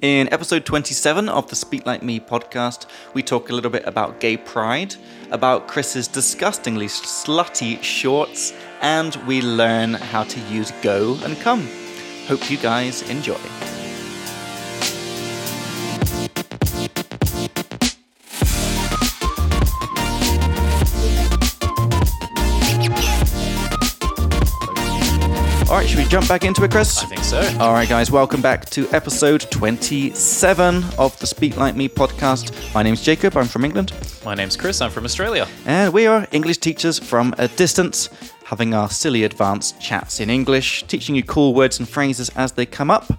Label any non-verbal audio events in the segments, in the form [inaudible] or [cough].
In episode 27 of the Speak Like Me podcast, we talk a little bit about gay pride, about Chris's disgustingly slutty shorts, and we learn how to use go and come. Hope you guys enjoy. All right, should we jump back into it, Chris? I think so. All right, guys, welcome back to episode 27 of the Speak Like Me podcast. My name's Jacob, I'm from England, My name's Chris. I'm from Australia. and we are English teachers from a distance, having our silly advanced chats in English, teaching you cool words and phrases as they come up,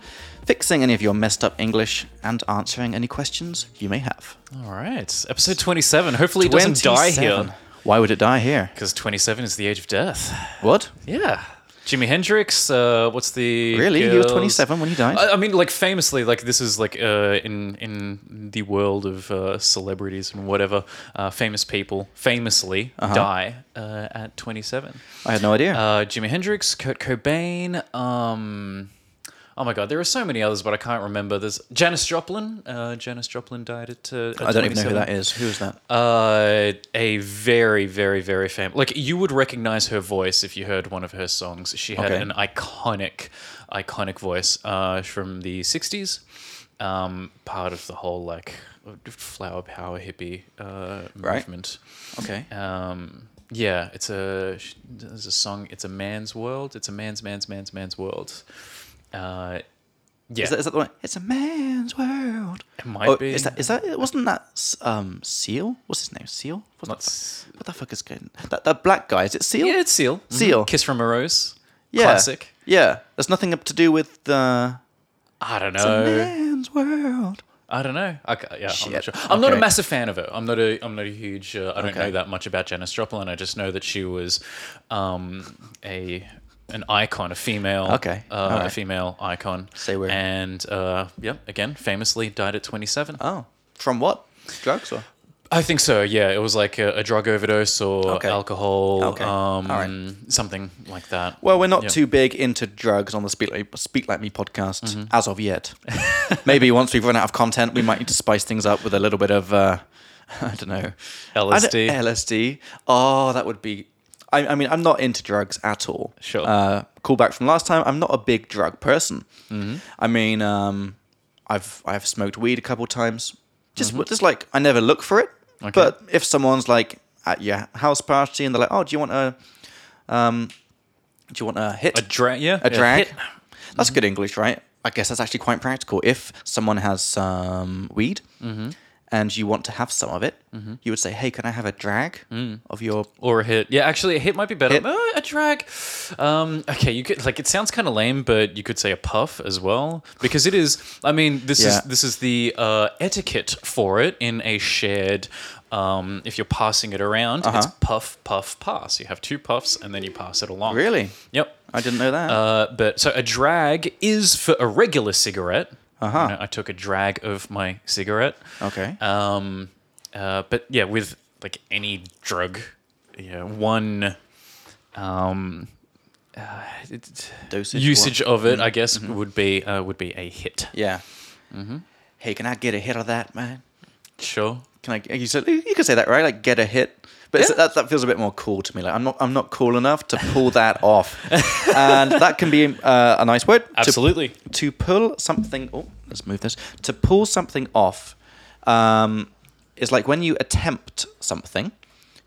fixing any of your messed up English, and answering any questions you may have. All right. Episode 27. Hopefully it doesn't die 27. here. Why would it die here? Because 27 is the age of death. What? Yeah. Jimi Hendrix. Uh, what's the. Really? You were girls- 27 when you died? I, I mean, like, famously, like, this is like uh, in, in the world of uh, celebrities and whatever, uh, famous people famously Uh-huh. die uh, at 27. I had no idea. Uh, Jimi Hendrix, Kurt Cobain. Um, oh my God, there are so many others, but I can't remember. There's Janis Joplin. Uh, Janis Joplin died at. Uh, at I don't even know who 27. that is. Who is that? Uh, a very, very, very famous. Like you would recognize her voice if you heard one of her songs. She had Okay. an iconic, iconic voice uh, from the '60s. Um, part of the whole like flower power hippie uh, Right. movement. Okay. Um, yeah, it's a sh- there's a song. It's a man's world. It's a man's man's man's man's world. Uh, yeah, Is that, is that the one? It's a man's world. Oh, It might be. Is that? Is that? Wasn't that s- um Seal? What's his name? Seal? What's not the, fu- s- what the fuck is going? That that black guy is it Seal? yeah, it's Seal. Mhm. Seal. Kiss from a Rose. yeah. Classic. Yeah. There's nothing up to do with the I don't it's a know. man's world. I don't know. I, ca- yeah, I'm Shit. not sure. I'm not a Okay. massive fan of her. I'm not a. I'm not a huge. Uh, I don't Okay. know that much about Janis Joplin. I just know that she was um, a an icon, a female. Okay. Uh, All A right. female icon. Say where. And uh, yeah, again, famously died at 27. Oh, from what? Drugs or? I think so. Yeah, it was like a, a drug overdose or Okay. alcohol, Okay. um, All right. something like that. Well, we're not Yeah. too big into drugs on the Speak Like, Speak like Me podcast Mm-hmm. as of [laughs] yet. Maybe once we've run out of content, we might need to spice things up with a little bit of, uh, [laughs] I don't know, LSD. I don't- LSD. Oh, that would be. I, I mean, I'm not into drugs at all. Sure. Uh, call back from last time. I'm not a big drug person. Mm-hmm. I mean, um, I've I've smoked weed a couple times. Just just like I never look for it. Mm-hmm. Okay. But if someone's like at your house party and they're like, "Oh, do you want a, um, do you want a hit? A drag, yeah, a drag. hit. That's good English, right? I guess that's actually quite practical. If someone has some weed and you want to have some of it, you would say, "Hey, can I have a drag of your?" [laughs] or a hit. Yeah, actually, a hit might be better. Hit. Uh, a drag. Um, okay, you could like it sounds kind of lame, but you could say a puff as well because it is. I mean, this Yeah. is this is the uh, etiquette for it in a shared. Um, if you're passing it around, it's Uh-huh. puff, puff, pass. You have two puffs and then you pass it along. Really? Yep. I didn't know that. Uh, but so a drag is for a regular cigarette. Uh-huh. I took a drag of my cigarette. okay. Um, uh, but yeah, with like any drug, yeah, one um, uh, it- Dosage Mm-hmm. usage of it, I guess, would be uh, would be a hit. yeah. Hey, can I get a hit of that, man? Sure. Can I? You said you could say that, right? Like get a hit. But it's Yeah. that, that feels a bit more cool to me. Like I'm not I'm not cool enough to pull that off, and that can be uh, a nice word. to Absolutely. to pull something oh let's move this to pull something off um, is like when you attempt something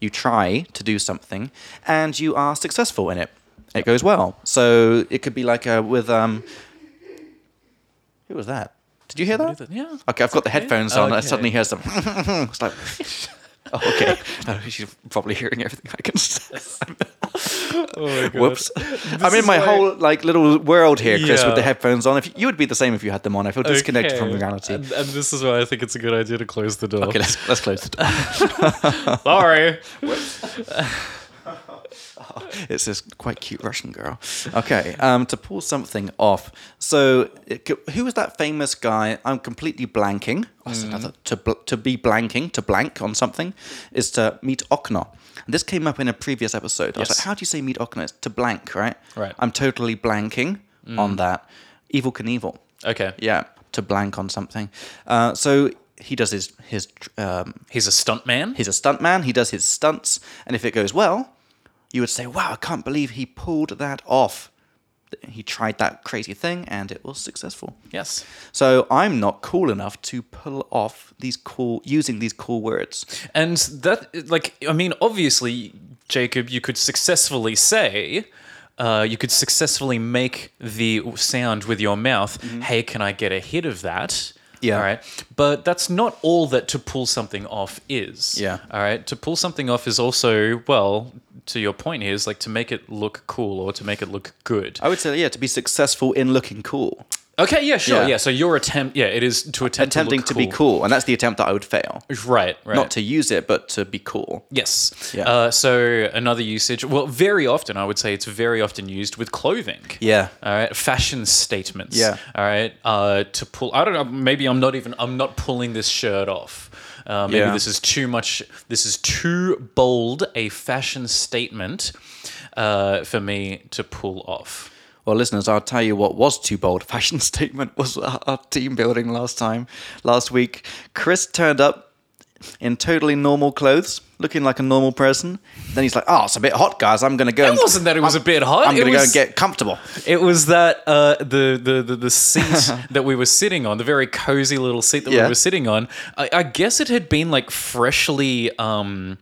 you try to do something and you are successful in it it goes well so it could be like a with um who was that did you hear that Yeah. okay i've got the headphones on and i Okay. suddenly [laughs] [laughs] hear some it's like [laughs] oh, okay [laughs] no, she's probably hearing everything i can say Oh [laughs] Whoops. I'm in is my like- whole like little world here, Chris, with the Yeah. headphones on. If you would be the same if you had them on. I feel disconnected from reality. And, and this is why I think it's a good idea to close the door. Okay, let's let's close the door. [laughs] Sorry. It's this quite cute Russian girl. Okay, um, to pull something off. So, it, co- who was that famous guy? I'm completely blanking. Oh, Mm. that's another to bl- to be blanking to blank on something is to meet okno. And this came up in a previous episode. I was Yes. like, how do you say meet okno? It's to blank, right? Right. Mm. I'm totally blanking on that. Evil Knievel. Okay. Yeah. to blank on something. Uh, so he does his his um, He's a stuntman. He's a stuntman. He does his stunts, and if it goes well, you would say, "Wow, I can't believe he pulled that off." He tried that crazy thing, and it was successful. yes. So I'm not cool enough to pull off these cool using these cool words. And that, like, I mean, obviously, Jacob, you could successfully say, uh, you could successfully make the sound with your mouth, hey, can I get a hit of that? Mm-hmm. Yeah. All right. But that's not all that to pull something off is. Yeah. All right. To pull something off is also, well, to your point here, is like to make it look cool or to make it look good. I would say, yeah, to be successful in looking cool, Okay. Yeah, sure. Yeah. Yeah. So your attempt, yeah, it is to attempt attempting to, to look be cool, and that's the attempt that I would fail. Right. Right. Not to use it, but to be cool. Yes. Yeah. Uh, so another usage. Well, very often I would say it's very often used with clothing. Yeah. All right. Fashion statements. Yeah. All right. Uh, to pull. I don't know. Maybe I'm not even. I'm not pulling this shirt off. Uh, maybe Yeah. this is too much. This is too bold a fashion statement uh, for me to pull off. Well, listeners, I'll tell you what was too bold. Fashion [laughs] statement was our our team building last time, last week. Chris turned up in totally normal clothes, looking like a normal person. Then he's like, "Oh, it's a bit hot, guys. I'm gonna go." It wasn't that it was a bit hot. I'm It gonna go and was- get comfortable. It was that uh, the, the [laughs] the the seat that we were sitting on, the very cozy little seat that Yeah. we were sitting on. I, I guess it had been like freshly. Um,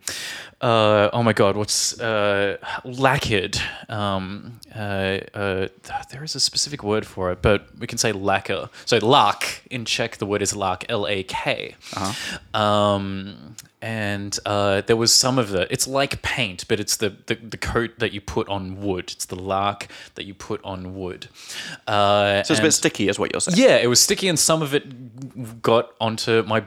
uh, oh my god, what's uh, lacquered? Um, uh, uh, there is a specific word for it, but we can say lacquer. So lack in Czech, the word is lak, L A K. Uh-huh. Um, and uh, there was some of the. It's like paint, but it's the, the the coat that you put on wood. It's the lark that you put on wood. Uh, So it's a bit and- sticky, is what you're saying. yeah, it was sticky, and some of it got onto my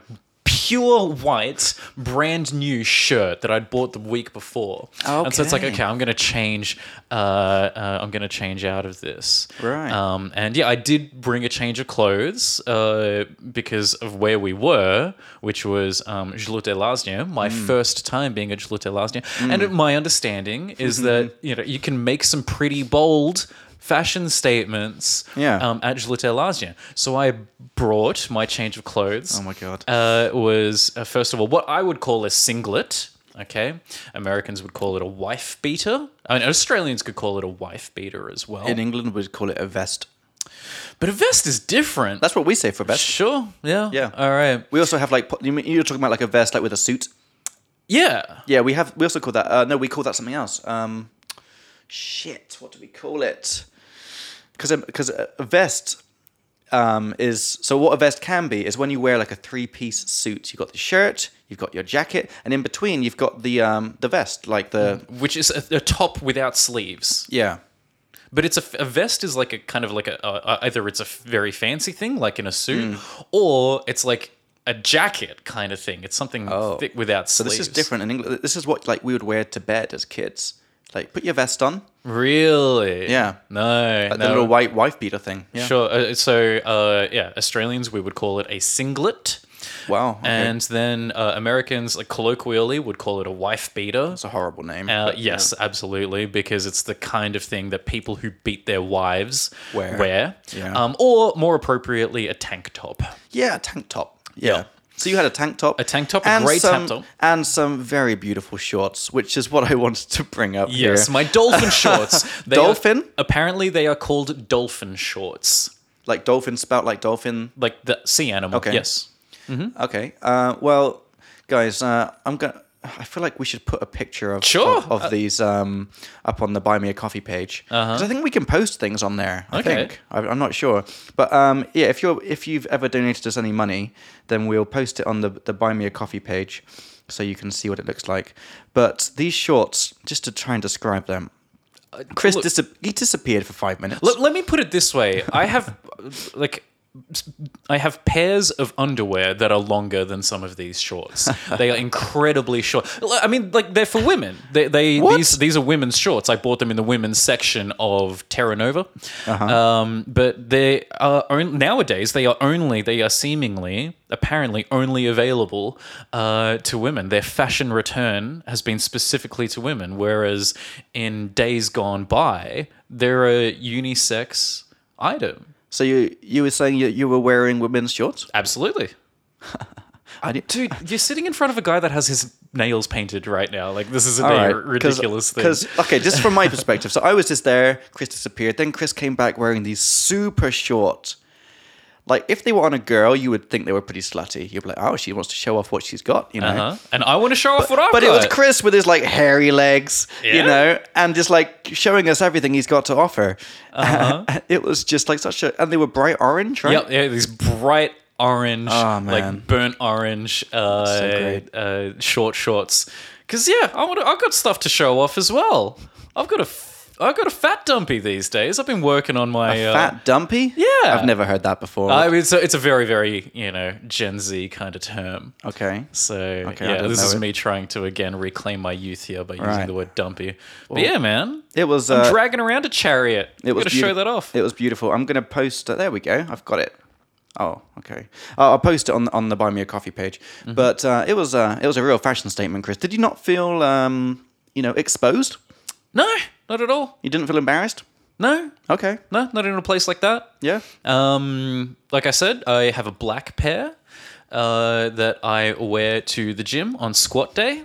pure white, brand new shirt that I'd bought the week before. And so it's like, Okay. okay, I'm gonna change. Uh, uh, I'm gonna change out of this. Right. Um, and yeah, I did bring a change of clothes uh, because of where we were, which was um, Jlote Laznia, my Mm. first time being at Jlote Laznia. And my understanding is Mm-hmm. that you know you can make some pretty bold fashion statements Yeah. um, at Gillette Lazia. So I brought my change of clothes. Oh my God. Uh, was uh, first of all what I would call a singlet. Okay, Americans would call it a wife beater. I mean, Australians could call it a wife beater as well. In England, we'd call it a vest. but a vest is different. That's what we say for vest. sure. Yeah. Yeah. All right. We also have like po- you mean- you're talking about like a vest, like with a suit. Yeah. Yeah, we have. We also call that. Uh, no, we call that something else. Um, shit, what do we call it? Because because a a vest um, is so. What a vest can be is when you wear like a three-piece suit. You've got the shirt, you've got your jacket, and in between you've got the um, the vest, like the Which is a, a top without sleeves. yeah. But it's a, f- a vest is like a kind of like a, a, a- either it's a f- very fancy thing like in a suit, Mm. or it's like a jacket kind of thing. It's something thick Oh. without So sleeves. this is different in England. This is what like we would wear to bed as kids. Like put your vest on, Really? Yeah. No. like no. the little white wife beater thing. Yeah. Sure. Uh, so uh, yeah, Australians we would call it a singlet. Wow. okay. And then uh, Americans, like colloquially, would call it a wife beater. it's a horrible name. Uh, yes, absolutely, because it's the kind of thing that people who beat their wives Wear. Yeah. um, or more appropriately, a tank top. Yeah, a tank top. Yeah. So you had a tank top, a tank top, a grey some, tank top. and some very beautiful shorts, which is what I [laughs] wanted to bring up. Yes, here. my [laughs] dolphin shorts. They are- Dolphin? apparently, they are called dolphin shorts, like dolphin spout, like dolphin. like the sea animal. Okay. Yes. Okay. Uh, well, guys, uh, I'm gonna. I feel like we should put a picture of Sure. Uh, of, of these um, up on the Buy Me a Coffee page because I think we can post things on there. I Uh-huh. Okay. think I, I'm not sure, but um, yeah, if you're if you've ever donated us any money, then we'll post it on the the Buy Me a Coffee page so you can see what it looks like. But these shorts, just to try and describe them, Chris Uh, look- dis- he disappeared for five minutes. Let, let me put it this way: I have [laughs] like I have pairs of underwear that are longer than some of these shorts. they are incredibly short. L- I mean, like they're for women. They, they What? these these are women's shorts. I bought them in the women's section of Terra Nova. Um, but they are on, nowadays they are only they are seemingly apparently only available uh, to women. Their fashion return has been specifically to women, whereas in days gone by they're a unisex item. So you you were saying you, you were wearing women's shorts? Absolutely. I didn't. Dude, you're sitting in front of a guy that has his nails painted right now. Like this isn't All a right, r- ridiculous thing. Because okay, just from [laughs] my perspective, so I was just there. Chris disappeared. Then Chris came back wearing these super short. Like if they were on a girl, you would think they were pretty slutty. You'd be like, oh, she wants to show off what she's got, you know. Uh-huh. And I want to show off what I've But got. it was Chris with his like hairy legs, you Yeah. know, and just like showing us everything he's got to offer. Uh-huh. [laughs] it was just like such a, and they were bright orange, right? Yep, yeah, these bright orange, Oh, man. like burnt orange, uh, great. uh, short shorts. Because yeah, I want. I've got stuff to show off as well. I've got a, f- I've got a fat dumpy these days. I've been working on my uh, Fat dumpy. Yeah. I've never heard that before. I mean, it's a, it's a very, very you know Gen Z kind of term. okay. So I yeah, didn't this know is it. me trying to again reclaim my youth here by using Right. the word dumpy. But yeah, man, It was. I'm uh, dragging around a chariot. It It was was to show beauti- that off. It was beautiful. I'm gonna post. there we go. I've got it. Oh, okay. Uh, I'll post it on on the Buy Me a Coffee page. Mm-hmm. But uh, it was uh, it was a real fashion statement, Chris. Did you not feel um, you know exposed? no, not at all. You didn't feel embarrassed? No, Okay. no, not in a place like that. Yeah. Um, like I said, I have a black pair uh, that I wear to the gym on squat day,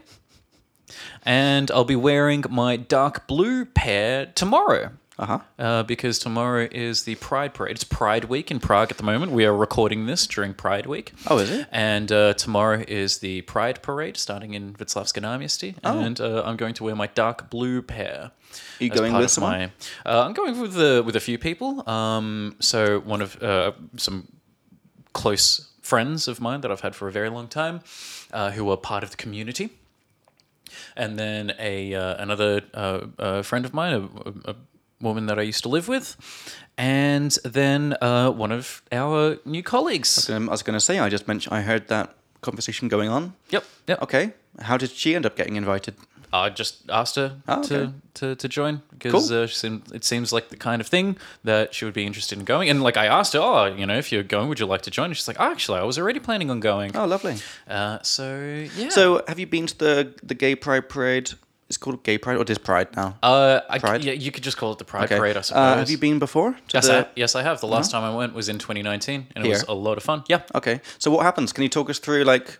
and I'll be wearing my dark blue pair tomorrow. Uh huh. Uh, because tomorrow is the Pride Parade. It's Pride Week in Prague at the moment. We are recording this during Pride Week. Oh, is it? And uh, tomorrow is the Pride Parade starting in Vitlavska Náměstí, Oh. and uh, I'm going to wear my dark blue pair. you as going part with of someone? my- uh, I'm going with the, with a few people. Um, so one of uh, some close friends of mine that I've had for a very long time, uh, who are part of the community. And then a uh, another uh, uh, friend of mine, a, a, a woman that I used to live with, and then uh, one of our new colleagues. Um, I was gonna say. I just mentioned. I heard that conversation going on. Yep, yep. Okay. How did she end up getting invited? I just asked her Oh, to, okay. to, to join because Cool. uh, she seemed, it seems like the kind of thing that she would be interested in going. And like I asked her, oh, you know, if you're going, would you like to join? And she's like, oh, actually, I was already planning on going. Oh, lovely. Uh, so yeah. So, have you been to the the Gay Pride parade? It's called Gay Pride, or just Pride now? uh, I, Pride? yeah, you could just call it the Pride Okay. Parade, I suppose. Uh, have you been before? to yes, the- Uh-huh. I, yes, I have. The last time I went was in 2019, and it was Here? a lot of fun. Yeah. Okay. So what happens? Can you talk us through like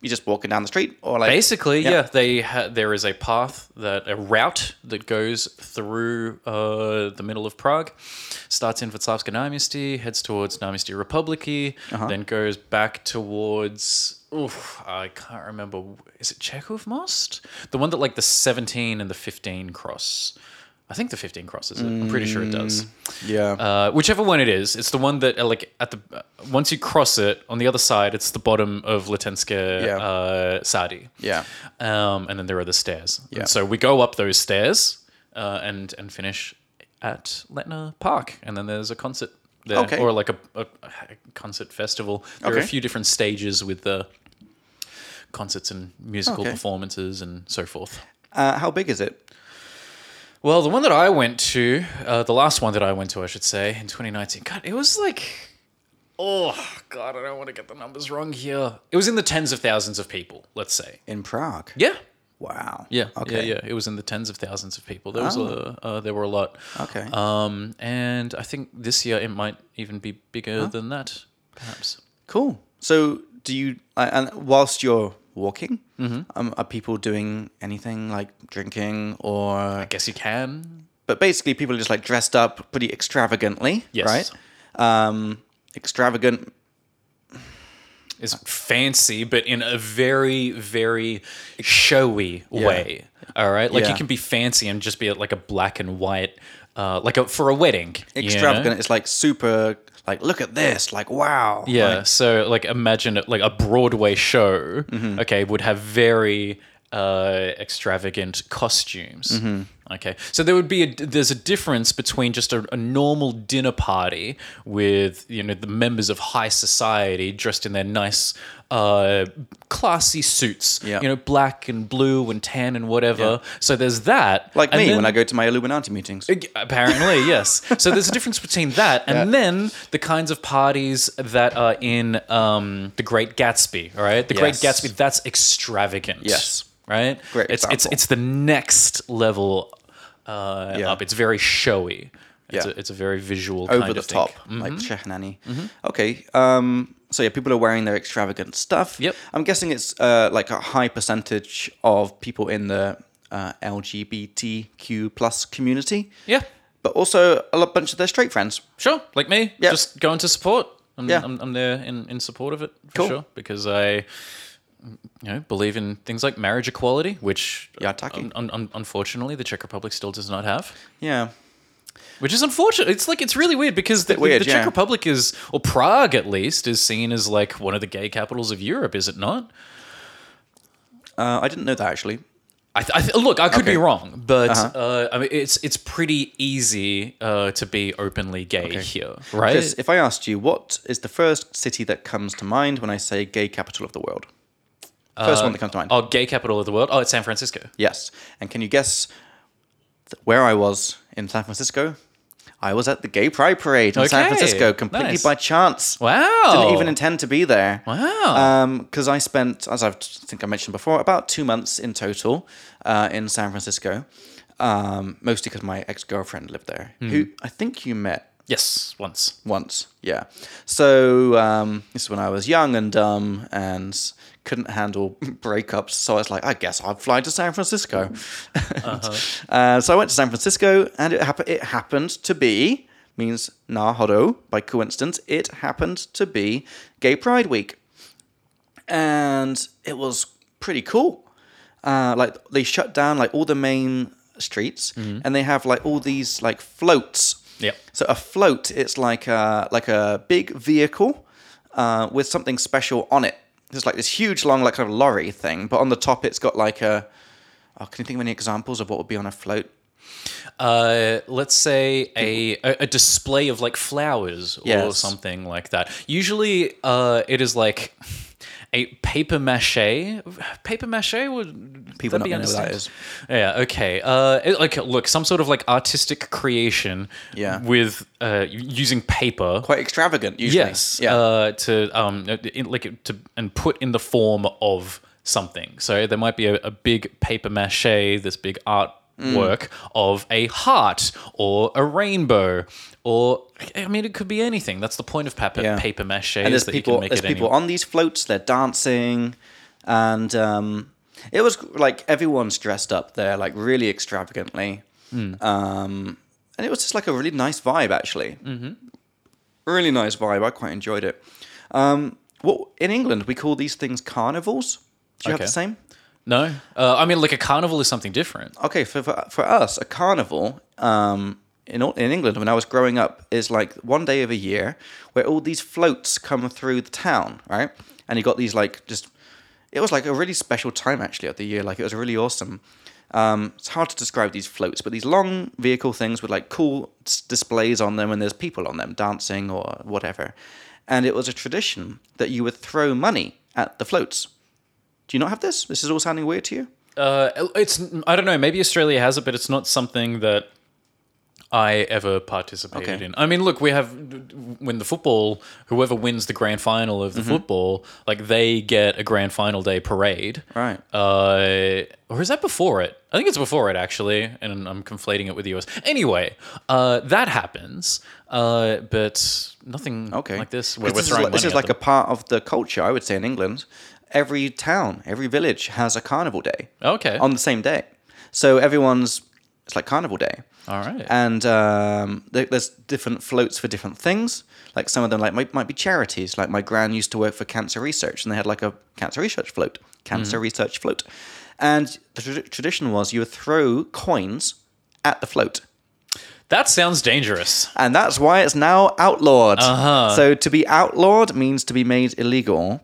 you just walking down the street or like Basically, Yeah. yeah, they ha- there is a path that a route that goes through uh, the middle of Prague, starts in Václavské náměstí, heads towards Náměstí Republiky, then goes back towards. Oof, I can't remember. Is it Chekhov Most? The one that like the 17 and the 15 cross. I think the 15 crosses it. I'm pretty sure it does. Yeah. Uh, whichever one it is, it's the one that uh, like at the uh, once you cross it on the other side, it's the bottom of Latenska Yeah. uh, Sadi. yeah. Um, and then there are the stairs. And Yeah. so we go up those stairs uh, and and finish at Letna Park, and then there's a concert there, Okay. or like a, a, a concert festival. There are a Okay. few different stages with the concerts and musical Okay. performances and so forth. Uh, how big is it? Well, the one that I went to, uh, the last one that I went to, I should say, in 2019, God, it was like, oh, God, I don't want to get the numbers wrong here. It was in the tens of thousands of people, let's say. In Prague. Yeah. Wow. Yeah. Okay. Oh. Yeah, yeah. It was in the tens of thousands of people. There was a, uh, there were a lot. Okay. Um, and I think this year it might even be bigger than that, perhaps. Cool. So do you uh, and whilst you're walking, Mm-hmm. um, are people doing anything like drinking or I guess you can. but basically people are just like dressed up pretty extravagantly, Yes. right? Um extravagant It's Uh. fancy, but in a very, very showy way. All right, like Yeah. you can be fancy and just be like a black and white, uh, like a, for a wedding. you know? extravagant It's like super like look at this, like wow. Yeah. Like, so like imagine like a Broadway show, Mm-hmm. okay, would have very uh, extravagant costumes. Mm-hmm. Okay. So there would be a there's a difference between just a, a normal dinner party with you know the members of high society dressed in their nice uh classy suits, Yeah. you know, black and blue and tan and whatever. So there's that. like and me then- when I go to my Illuminati meetings. Ag- Apparently, yes. So there's a difference between that and then the kinds of parties that are in um, the Great Gatsby. All right, the Great Yes. Gatsby. That's extravagant. Yes. Right. Great It's it's example. it's the next level uh, Yeah. up. It's very showy. It's, Yeah. a, it's a very visual over kind the of thing. Mm-hmm. top, like Shehnani. Okay. Um, so yeah, people are wearing their extravagant stuff. Yep. I'm guessing it's uh, like a high percentage of people in the uh, LGBTQ plus community, Yeah, but also a lo- bunch of their straight friends. sure. Like me, Yeah. just going to support. I'm, Yeah. I'm, I'm there in, in support of it for Cool. sure because I, you know, believe in things like marriage equality, which Yeah, Taki. un- un- un- unfortunately the Czech Republic still does not have. Yeah. Which is unfortunate. It's like it's really weird because the, bit weird, the Czech yeah. Republic is, or Prague at least, is seen as like one of the gay capitals of Europe, is it not? Uh, I didn't know that actually. I th- I th- look, I could Okay. Uh-huh. be wrong, but uh I mean, it's it's pretty easy uh, to be openly gay here, right? Because if I asked you what is the first city that comes to mind when I say gay capital of the world, first one that comes to mind. Oh, gay capital of the world. Oh, it's San Francisco. Yes. And can you guess th- where I was in San Francisco? I was at the Gay Pride Parade in San Okay, Francisco completely nice. by chance. Wow. Didn't even Uh, intend to be there. Wow. Because I spent, as I think I mentioned before, about two months in total uh, in San Francisco, um, mostly because my ex girlfriend lived there, who Hmm. I think you met yes, once. once. Yeah. So um, this is when I was young and dumb and couldn't handle [laughs] breakups. So I was like, I guess I'll fly to San Francisco. [laughs] uh, so I went to San Francisco, and it happened. It happened to be means Nahoro by coincidence. It happened to be Gay Pride Week, and it was pretty cool. Uh, like they shut down like all the main streets, and they have like all these like floats. Yep. So a float, it's like a like a big vehicle uh, with something special on it. It's like this huge, long, like kind of lorry thing, but on the top, it's got like a. Oh, can you think of any examples of what would be on a float? Uh, let's say a, a a display of like flowers or Yes. something like that. Usually, uh, it is like a paper mache. Paper mache would People that be not gonna know what that understand? Yeah. Okay. Uh, it- like look, some sort of like artistic creation. Yeah. With uh, using paper. Quite extravagant, usually. Yes. Yeah. Uh, to um, in, like to and put in the form of something. So there might be a, a big paper mache, this big artwork Mm. of a heart or a rainbow, or I mean, it could be anything. That's the point of paper Yeah. paper mache. and is there's that people you can make there's it people any- on these floats they're dancing and um, it was like everyone's dressed up there like really extravagantly Hmm. um, and it was just like a really nice vibe actually mm-hmm. really nice vibe i quite enjoyed it um, what in england we call these things carnivals do you Okay. have the same No, uh, I mean, like a carnival is something different. okay for for, for us a carnival um in, all- in England, when I was growing up, is like one day of a year where all these floats come through the town, right? And you got these like just, it was like a really special time actually of the year. Like it was really awesome. Um, it's hard to describe these floats, but these long vehicle things with like cool s- displays on them, and there's people on them dancing or whatever. And it was a tradition that you would throw money at the floats. Do you not have this? This is all sounding weird to you? Uh, it's I don't know. Maybe Australia has it, but it's not something that I ever participated Okay. in. I mean, look, we have when the football, whoever wins the grand final of the Mm-hmm. football, like they get a grand final day parade, Right. Uh, or is that before it? I think it's before it actually, and I'm conflating it with the US. Anyway, uh, that happens, uh, but nothing Okay. like this. 'Cause Where we're this is throwing like, this money is at like a them. part of the culture, I would say, in England. Every town, every village has a carnival day okay. on the same day. So everyone's, it's like carnival day. All right. And um, there, there's different floats for different things. Like some of them, like might, might be charities. Like my gran used to work for cancer research, and they had like a cancer research float, Mm-hmm. cancer research float. And the tra- tradition was you would throw coins at the float. that sounds dangerous. And that's why it's now outlawed. So to be outlawed means to be made illegal.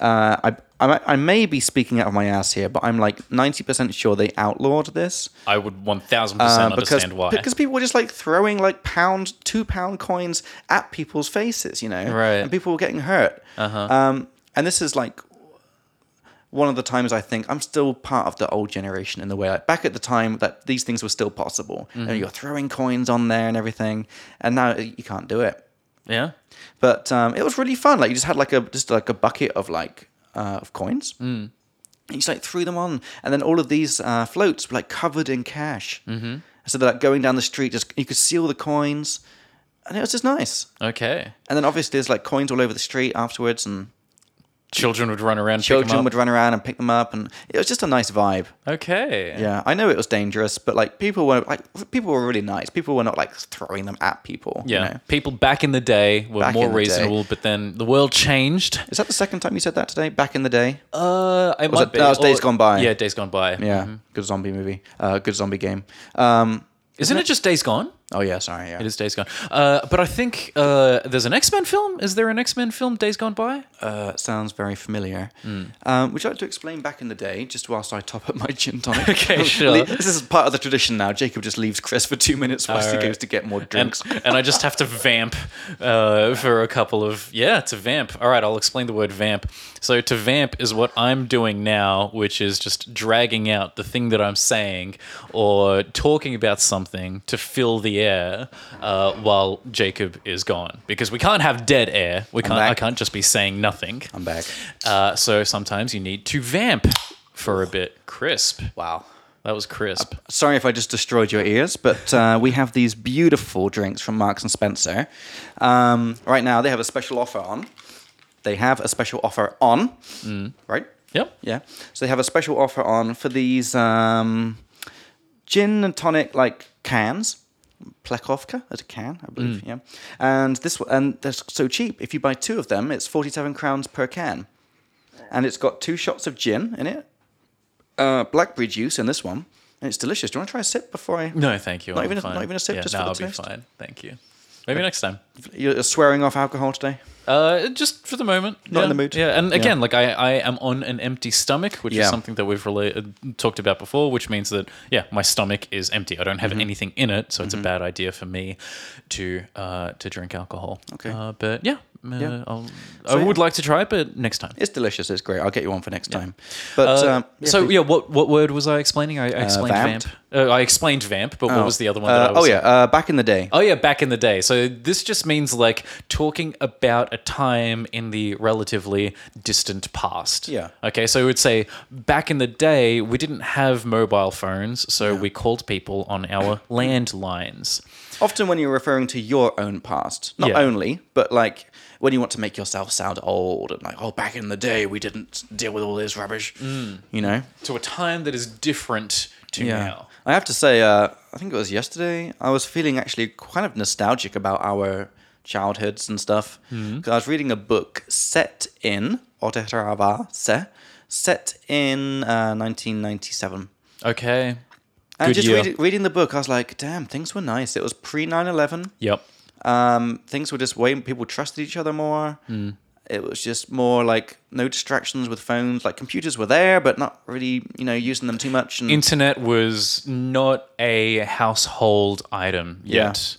Uh, I, I, I may be speaking out of my ass here, but I'm like 90% sure they outlawed this. I would 1000% Uh, because, understand why. because people were just like throwing like pound, two pound coins at people's faces, you know? Right. And people were getting hurt. Uh-huh. Um, and this is like one of the times I think I'm still part of the old generation in the way. Like back at the time that these things were still possible, Mm-hmm. and you're throwing coins on there and everything, and now you can't do it. yeah. But um, it was really fun. Like you just had like a just like a bucket of like uh, of coins. Mm. You just like threw them on, and then all of these uh, floats were like covered in cash. Mm-hmm. So they're like going down the street, just you could see all the coins, and it was just nice. Okay. And then obviously there's like coins all over the street afterwards, and Children would run around. Children children would run around and pick them up, and it was just a nice vibe. Okay. Yeah, I know it was dangerous, but like people were like people were really nice. People were not like throwing them at people. you Yeah. know? People back in the day were Back more in the day. reasonable, but then the world changed. Is that the second time you said that today? Back in the day. Uh, it might it- be. no, it's Days Gone By. Yeah, days gone by. Yeah, Mm-hmm. good zombie movie. Uh, good zombie game. Um, Isn't it just days gone? oh yeah, sorry. Yeah. It is Days Gone. Uh, but I think uh, there's an X Men film. Is there an X Men film, Days Gone By? Uh, sounds very familiar. Um, would you like to explain back in the day, just whilst I top up my gin [laughs] tonic? Okay, sure. this is part of the tradition now. Jacob just leaves Chris for two minutes whilst he Alright. goes to get more And, drinks. [laughs] and I just have to vamp uh, for a couple of. Yeah, to vamp. All right, I'll explain the word vamp. So, to vamp is what I'm doing now, which is just dragging out the thing that I'm saying or talking about something to fill the air uh, while Jacob is gone. Because we can't have dead air. We can't, I back. can't just be saying nothing. I'm back. Uh, so, sometimes you need to vamp for a bit. Crisp. Wow. That was crisp. Sorry if I just destroyed your ears, but uh, we have these beautiful drinks from Marks and Spencer. Um, right now, they have a special offer on. They have a special offer on, right? Yep. Yeah. So they have a special offer on for these um, gin and tonic like cans. Plekovka as a can, I believe. Mm. Yeah. And this and they're so cheap. If you buy two of them, it's forty-seven crowns per can, and it's got two shots of gin in it, uh, blackberry juice in this one, and it's delicious. Do you want to try a sip before I? No, thank you. Not I'm even a- fine. not even a sip, Yeah, just no, for the I'll taste? be fine. Thank you. Maybe next time. You're swearing off alcohol today. Uh, just for the moment. Not yeah. in the mood. Yeah, and Yeah. again, like I, I am on an empty stomach, which Yeah. is something that we've related, talked about before, which means that yeah, my stomach is empty. I don't Mm-hmm. have anything in it, so it's a bad idea for me to uh, to drink alcohol. Okay. Uh, but yeah, uh, Yeah. I'll, So, I yeah. would like to try it, but next time. It's delicious. It's great. I'll get you one for next time. But Uh, um, yeah, so please- yeah, what what word was I explaining? I, I explained vamped. vamp. Uh, I explained vamp, but what was the other one? that I Uh, was oh yeah, uh, back in the day. Oh yeah, back in the day. So this just means like talking about a time in the relatively distant past. Yeah. Okay, so we would say back in the day we didn't have mobile phones, so we called people on [coughs] our landlines. Often when you're referring to your own past, not Yeah. only, but like when you want to make yourself sound old and like, oh, back in the day we didn't deal with all this rubbish, Mm. you know? To a time that is different to now. I have to say, uh, I think it was yesterday, I was feeling actually kind of nostalgic about our childhoods and stuff. Because Mm. I was reading a book set in, Oterava se, set in uh, 1997. Okay. And Good just year. reading reading the book, I was like, damn, things were nice. It was pre 9 11. Yep. Um, things were just way people trusted each other more. Hmm. It was just more like no distractions with phones. Like computers were there, but not really, you know, using them too much. And Internet was not a household item Yeah. yet.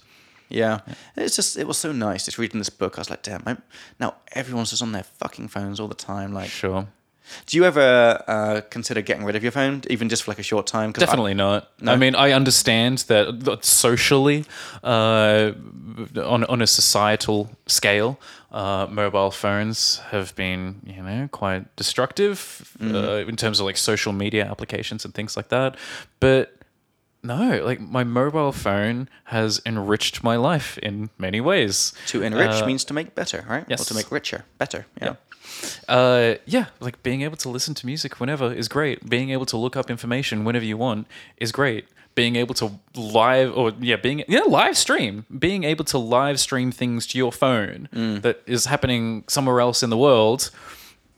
yeah, And it's just it was so nice. Just reading this book, I was like, damn. I, now everyone's just on their fucking phones all the time. Like, Sure. do you ever uh, consider getting rid of your phone, even just for like a short time? 'Cause I- Definitely not. I mean, I understand that that socially, uh, on on a societal scale, uh, mobile phones have been you know quite destructive uh, in terms of like social media applications and things like that. But no, like my mobile phone has enriched my life in many ways. to enrich Uh, means to make better, right? Or yes. to make richer, better. Yeah. uh, yeah, like being able to listen to music whenever is great. Being able to look up information whenever you want is great. Being able to live or yeah, being yeah, live stream. Being able to live stream things to your phone that is happening somewhere else in the world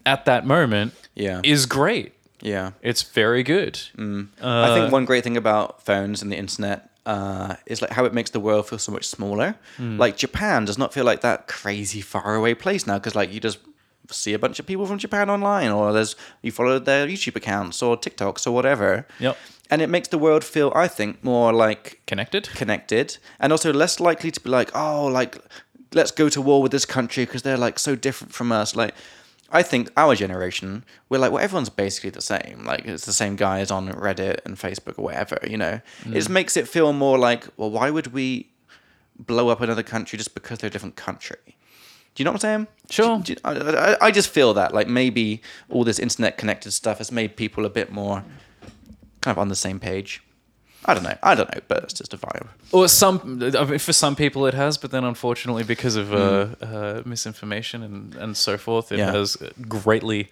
at that moment Yeah. is great. yeah. It's very good. I think one great thing about phones and the internet uh, is like how it makes the world feel so much smaller. Like Japan does not feel like that crazy faraway place now because like you just see a bunch of people from Japan online, or there's you follow their YouTube accounts or TikToks or whatever. Yep. And it makes the world feel, I think, more like Connected. connected and also less likely to be like oh like let's go to war with this country because they're like so different from us like i think our generation we're like well everyone's basically the same like it's the same guys on reddit and facebook or whatever you know it just makes it feel more like well why would we blow up another country just because they're a different country do you know what I'm saying? Sure. Do- do- I, I- I just feel that like maybe all this internet connected stuff has made people a bit more kind of on the same page. I don't know. I don't know, but it's just a vibe. Or some, I mean, for some people it has, but then unfortunately, because of uh, uh, misinformation and, and so forth, it Hmm. Yeah. has greatly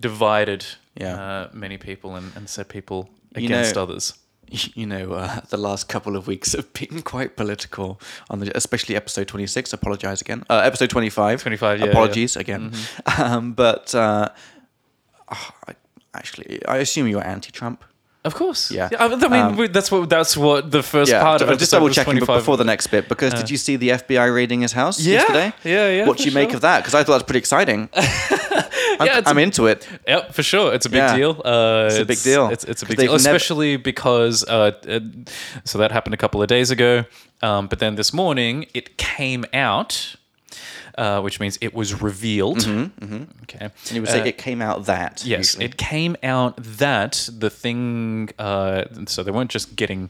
divided Yeah. uh, many people and, and set people You against know- others. [laughs] You know, uh, the last couple of weeks have been quite political on the, especially episode twenty six. Apologize again. Uh, episode twenty five. 25, yeah, Mm-hmm. Apologies again. [laughs] Um, but uh, ah, I, actually, I assume you're anti-Trump. Of course, Yeah. I mean, Um, we- that's what that's what the first part of I'm it. just double checking be- before the next bit because did you see the FBI raiding his house Yeah, yesterday? yeah, yeah, What do for you make sure. of that? Because I thought that's pretty [laughs] exciting. I'm, Yeah, it's I'm a- into it. Yep, for sure. It's a big Yeah. deal. Uh, it's a big deal. It's, it's a 'Cause big they've deal, nev- especially because uh, uh, so that happened a couple of days ago, um, but then this morning it came out, uh, which means it was revealed. Okay, Mm-hmm, Uh, And you would say it came out that. Yes, usually. it came out that the thing. Uh, so they weren't just getting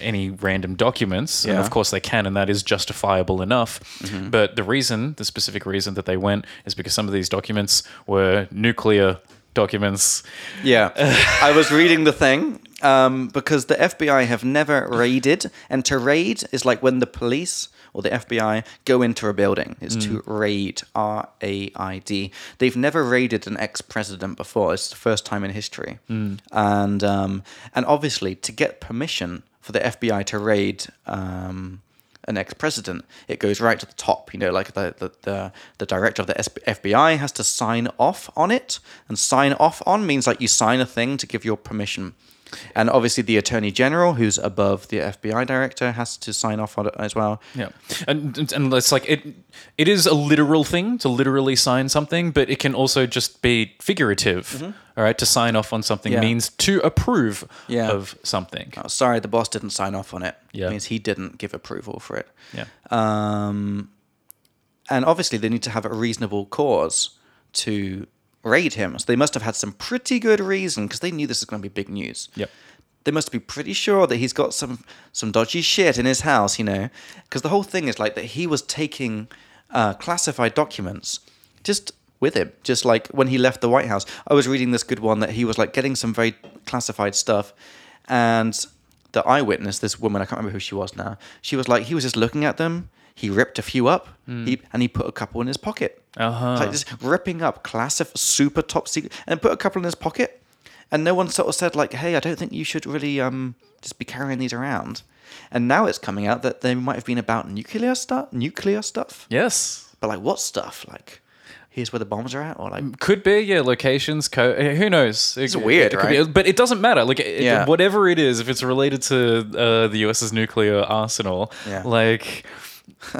any random documents, and Yeah. Mm-hmm. of course they can, and that is justifiable enough. But the reason, the specific reason that they went, is because some of these documents were nuclear documents. Yeah. I was reading the thing um, because the FBI have never raided. And to raid is like when the police or the FBI go into a building. It's to raid, R A I D. They've never raided an ex president before. It's the first time in history. And, um, and obviously, to get permission for the FBI to raid. Um, an ex-president, it goes right to the top. You know, like the the, the, the director of the SB FBI has to sign off on it, and sign off on means like you sign a thing to give your permission. And obviously, the attorney general, who's above the FBI director, has to sign off on it as well. Yeah, and, and and it's like it it is a literal thing to literally sign something, but it can also just be figurative. all right, to sign off on something Mm-hmm. Yeah. means to approve Yeah. of something. Oh, sorry, the boss didn't sign off on it. Yeah. means he didn't give approval for it. Yeah. Um, and obviously, they need to have a reasonable cause to raid him. So they must have had some pretty good reason because they knew this is going to be big news. Yep. They must be pretty sure that he's got some some dodgy shit in his house, you know, because the whole thing is like that he was taking uh, classified documents just with him, just like when he left the White House. I was reading this good one that he was like getting some very classified stuff, and the eyewitness, this woman, I can't remember who she was now, she was like, he was just looking at them. He ripped a few up, he, and he put a couple in his pocket. Uh-huh. It's like just ripping up classified, super top secret, and put a couple in his pocket. And no one sort of said like, "Hey, I don't think you should really um just be carrying these around." And now it's coming out that they might have been about nuclear stuff, nuclear stuff. Yes. But like, what stuff? Like, here's where the bombs are at, or like, Could be, yeah. Locations, co- eh, who knows? It- It's weird, it could right? but it doesn't matter. Like, it- Yeah. whatever it is, if it's related to uh, the US's nuclear arsenal, Yeah. like.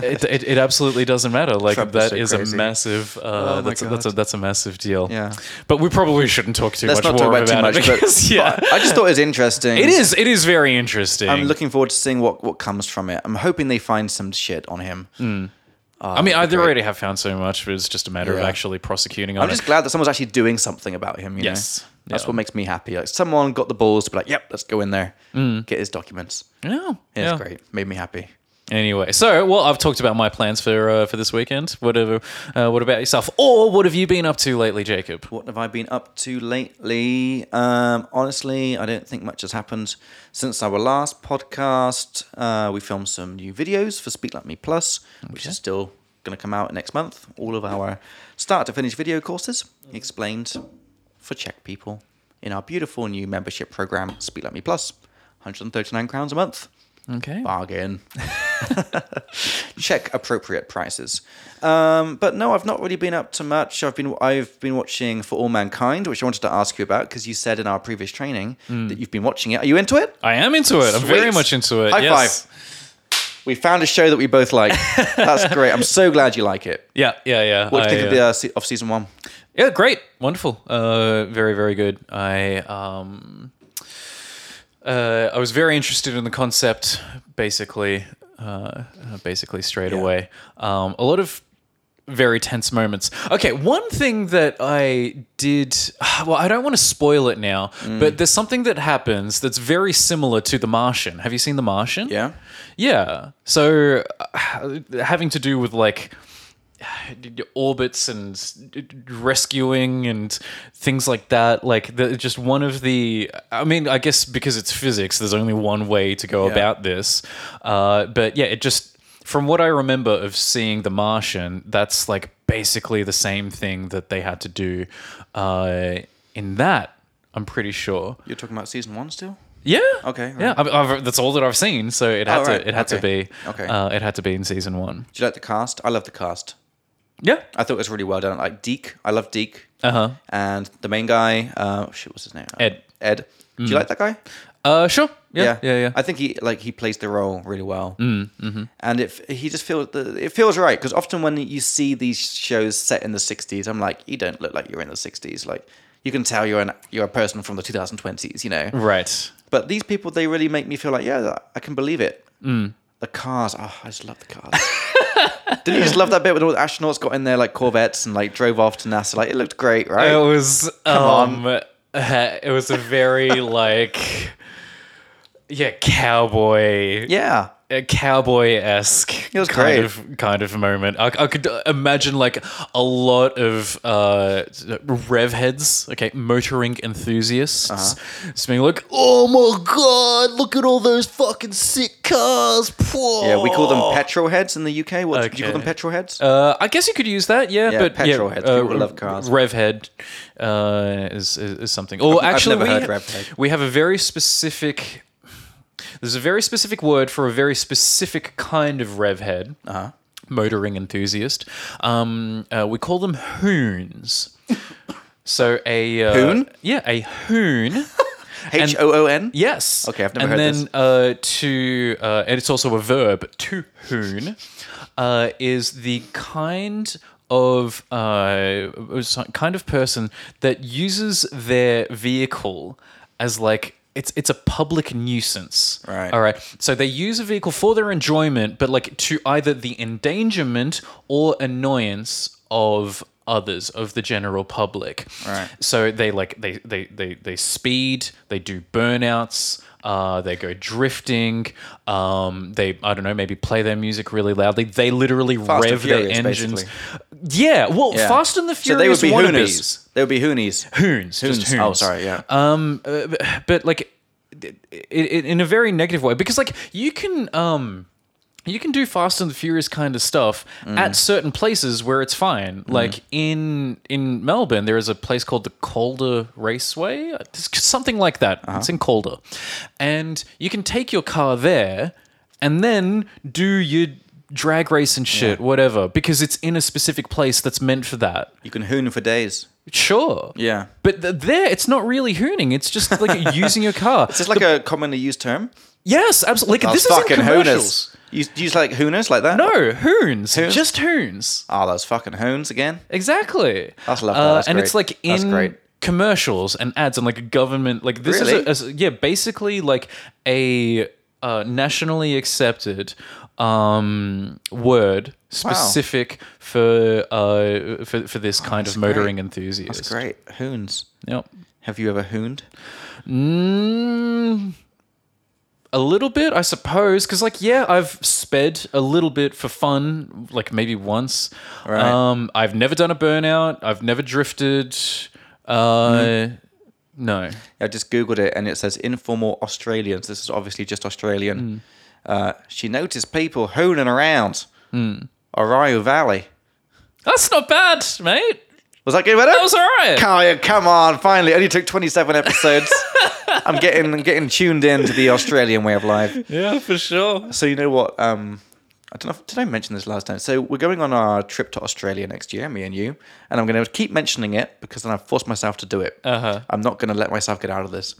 it, it, it absolutely doesn't matter. Like Trump is that so is crazy. Oh a massive. Uh, my that's, a, that's a God. that's a massive deal. Yeah. but we probably shouldn't talk too let's much not talk more about too about much. it but- because but [laughs] yeah, I just thought it was interesting. it is it is very interesting. I'm looking forward to seeing what what comes from it. I'm hoping they find some shit on him. I mean, I they already have found so much, but it's just a matter of Oh, Yeah. actually prosecuting on I'm it. just glad that someone's actually doing something about him. You Yes. know? that's Yeah. what makes me happy. Like someone got the balls to be like, "Yep, let's go in there, get his documents." yeah, Yeah, Mm. yeah. It's great. Made me happy. Anyway, so well, I've talked about my plans for uh, for this weekend. Whatever, uh, what about yourself, or what have you been up to lately, Jacob? What have I been up to lately? Um, honestly, I don't think much has happened since our last podcast. Uh, we filmed some new videos for Speak Like Me Plus, which is still going to come out next month. All of our start to finish video courses explained for Czech people in our beautiful new membership program, Speak Like Me Plus, 139 crowns a month. Okay, [laughs] bargain. Check appropriate prices. Um, but no, I've not really been up to much. I've been I've been watching For All Mankind, which I wanted to ask you about because you said in our previous training Mm. that you've been watching it. Are you into it? I am into it. I'm very Sweet. much into it. High Uh, yes. five. We found a show that we both like. [laughs] That's great. I'm so glad you like it. Yeah, yeah, yeah. What do you I, think of uh, the uh, se- of season one? Yeah, great, wonderful, uh, very, very good. I um, uh, I was very interested in the concept, basically, uh, uh, basically straight away. Um, a lot of very tense moments. Okay, one thing that I did, [sighs] well, I don't want to spoil it now, but there's something that happens that's very similar to The Martian. Have you seen The Martian? Yeah. Yeah. So uh, having to do with like orbits and s- rescuing and things like that. Like the, just one of the. I mean, I guess because it's physics, there's only one way to go about this. Uh, but yeah, it just from what I remember of seeing The Martian, that's like basically the same thing that they had to do uh, in that. I'm pretty sure. You're talking about season one still? Yeah. Okay, right. Yeah, I've, I've, that's all that I've seen, so it had Oh, to. right, It had okay, to be. okay. Uh, it had to be in season one. Do you like the cast? I love the cast. Yeah. I thought it was really well done. Like Deke, I love Deke, Uh huh. and the main guy. Uh, shit, what's his name? Ed. Mm. Ed. Do you like that guy? Uh, sure. Yeah. Yeah. Yeah. I think he like he plays the role really well, mm, mm-hmm. and it f- he just feels the, it feels right because often when you see these shows set in the '60s, I'm like, you don't look like you're in the '60s. Like you can tell you're an you're a person from the 2020s, you know. Mm. right. But these people, they really make me feel like, yeah, I can believe it. Mm. The cars, oh, I just love the cars. [laughs] Didn't you just love that bit when all the astronauts got in their like Corvettes and like drove off to NASA? Like it looked great, right? It was. Come um, [laughs] uh, it was a very like. Yeah, cowboy. yeah, a cowboy esque It was kind great. of kind of moment. I, I could imagine like a lot of uh, rev heads, okay, motoring enthusiasts, Uh-huh. just being like, "Oh my god, look at all those fucking sick cars!" Pwah." yeah. We call them petrol heads in the UK. What do you call them? Oh. Okay. Petrol heads? Uh, I guess you could use that, yeah, Yeah, but petrol yeah, heads, people love cars. Rev head uh, is, is is something. Or I've actually, never we, heard rev head. we have a very specific. There's a very specific word for a very specific kind of rev head, uh-huh. motoring enthusiast. Um, uh, we call them [laughs] hoons. so a uh, Hoon? yeah, a [laughs] hoon. H O O N. Yes. Okay, I've never and heard then, this. Uh, to uh, and it's also a verb to hoon uh, is the kind of uh, so- kind of person that uses their vehicle as like it's it's a public nuisance. Right. All right. So they use a vehicle for their enjoyment, but like to either the endangerment or annoyance of others of the general public Right. so they like they they they, they speed they do burnouts uh, they go drifting um, they i don't know maybe play their music really loudly they literally and rev their Furious, engines yeah well Yeah. fast and the So they furious would be wannabes hoonies. They would be hoonies. hoons, just Hoons. hoons. Oh, sorry, yeah. Um, uh, but like, i- i- in a very negative way, because like you can um, you can do Fast and the Furious kind of stuff Mm. at certain places where it's fine. Like in in Melbourne, there is a place called the Calder Raceway, uh, it's something like that. Uh-huh. It's in Calder, and you can take your car there, and then do your drag race and shit whatever because it's in a specific place that's meant for that You can hoon for days. Sure. Yeah. But th- there, it's not really hooning. It's just like [laughs] using your car. It's just like a commonly used term. yes, absolutely. Like, That's this is fucking in commercials. hooners. You, you use like hooners like that? No, hoons. Hoons. Just hoons. Oh, that's fucking hoons again. Exactly. Uh, That's lovely. That's and great. it's like That's in great. commercials and ads and like government. Like this Really? is a, a- yeah, basically like a uh, nationally accepted um, word specific for uh for, for this kind of great. motoring enthusiast. That's great. Hoons. Yep. Have you ever hooned? Mm, a little bit, I suppose, because like yeah, I've sped a little bit for fun, like maybe once. Right. Um, I've never done a burnout. I've never drifted. Uh, no. I just googled it and it says informal Australians. This is obviously just Hmm. Australian. Uh, she noticed people hooning around Hmm. Arroyo Valley. That's not bad, mate. Was that good? That That was all right. Kaya, come on! Finally, only took twenty-seven [laughs] episodes. I'm getting I'm getting tuned in to the Australian way of life. Yeah, for sure. So you know what? Um, I don't know. If, did I mention this last time? So we're going on our trip to Australia next year, me and you, and I'm going to keep mentioning it because then I've forced myself to do it. Uh-huh. I'm not going to let myself get out of this.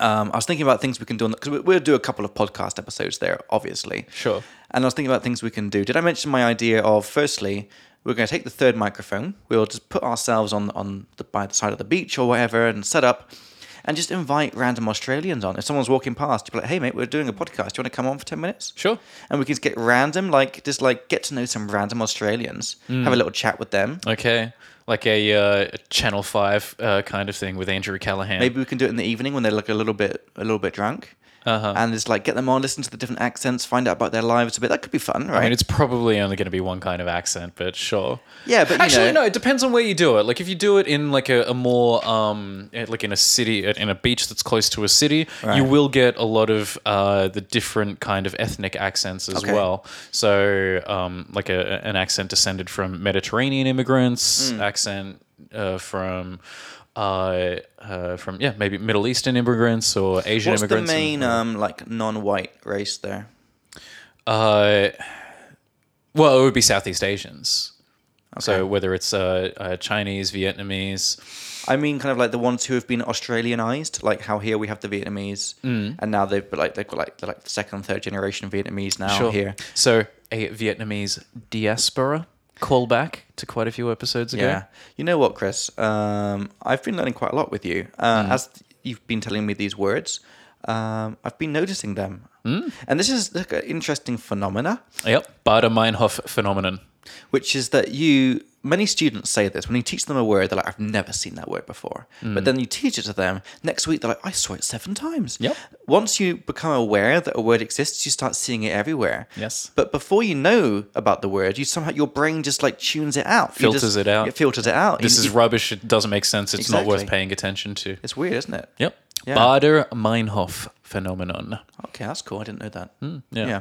Um, I was thinking about things we can do because we'll do a couple of podcast episodes there, obviously. Sure. And I was thinking about things we can do. Did I mention my idea of firstly, we're going to take the third microphone. We'll just put ourselves on on the by the side of the beach or whatever and set up, and just invite random Australians on. If someone's walking past, you're like, "Hey, mate, we're doing a podcast. Do you want to come on for ten minutes?" Sure. And we can just get random, like just like get to know some random Australians, have Mm. a little chat with them. Okay. Like a, uh, a Channel Five uh, kind of thing with Andrew Callahan. Maybe we can do it in the evening when they're like a little bit a little bit drunk. Uh-huh. and it's like get them on, listen to the different accents, find out about their lives a bit. That could be fun, right? I mean, it's probably only going to be one kind of accent, but sure. Yeah, but, you actually, know- no. It depends on where you do it. Like, if you do it in like a, a more, um, eh, like in a city, in a beach that's close to a city, you will get a lot of uh, the different kind of ethnic accents as Okay. well. So, um, like a, a- an accent descended from Mediterranean immigrants, Hmm. accent uh, from. Uh, uh, from yeah, maybe Middle Eastern immigrants or Asian What's the immigrants. and- main um, like non-white race there? Uh, well, it would be Southeast Asians. So Okay. whether it's uh, uh, Chinese, Vietnamese, I mean, kind of like the ones who have been Australianized, like how here we have the Vietnamese, Mm. and now they've but like they've got like they're like the second, and third generation Vietnamese now here. So a Vietnamese diaspora callback to quite a few episodes ago. Yeah. You know what, Chris? Um, I've been learning quite a lot with you. Mm. Uh, As you've been telling me these words, um, I've been noticing them. Mm. And this is like an interesting phenomena, Yep. Bader Meinhof phenomenon. which is that you, many students say this. When you teach them a word, they're like, I've never seen that word before. Hmm. But then you teach it to them. Next week, they're like, I saw it seven times. Yep. Once you become aware that a word exists, you start seeing it everywhere. Yes. But before you know about the word, you somehow, your brain just like tunes it out. You Filters just- it out. It filters it out. This You- is you- rubbish. It doesn't make sense. It's not worth Exactly. paying attention to. It's weird, isn't it? Yep. Yeah. Bader Meinhof phenomenon. Okay, that's cool. I didn't know that. yeah.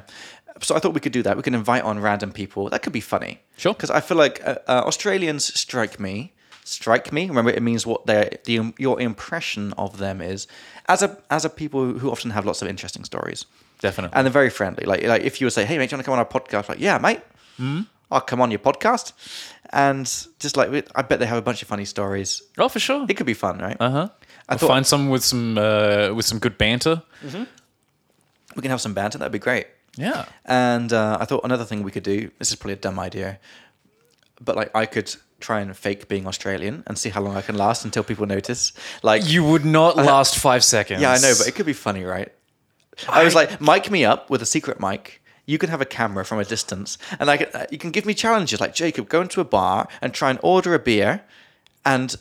So I thought we could do that. We could invite on random people. That could be funny. Sure. Because I feel like uh, uh, Australians strike me. Strike me. Remember, it means what their the your impression of them is as a as a people who- who often have lots of interesting stories Definitely. and they're very friendly. Like like if you would say, "Hey mate, do you want to come on our podcast?" Like, "Yeah, mate." Hmm? I'll come on your podcast, and just like we- I bet they have a bunch of funny stories. oh, for sure. It could be fun, right? Uh huh. I We'll thought- find someone with some uh, with some good banter. we can have some banter. That'd be great. Yeah. And uh, I thought another thing we could do. This is probably a dumb idea, but like I could try and fake being Australian and see how long I can last until people notice. Like, You would not last five seconds. yeah, I know, but it could be funny, right? I, was like, mic me up with a secret mic. You can have a camera from a distance, and I can, you can give me challenges like Jacob, go into a bar and try and order a beer, and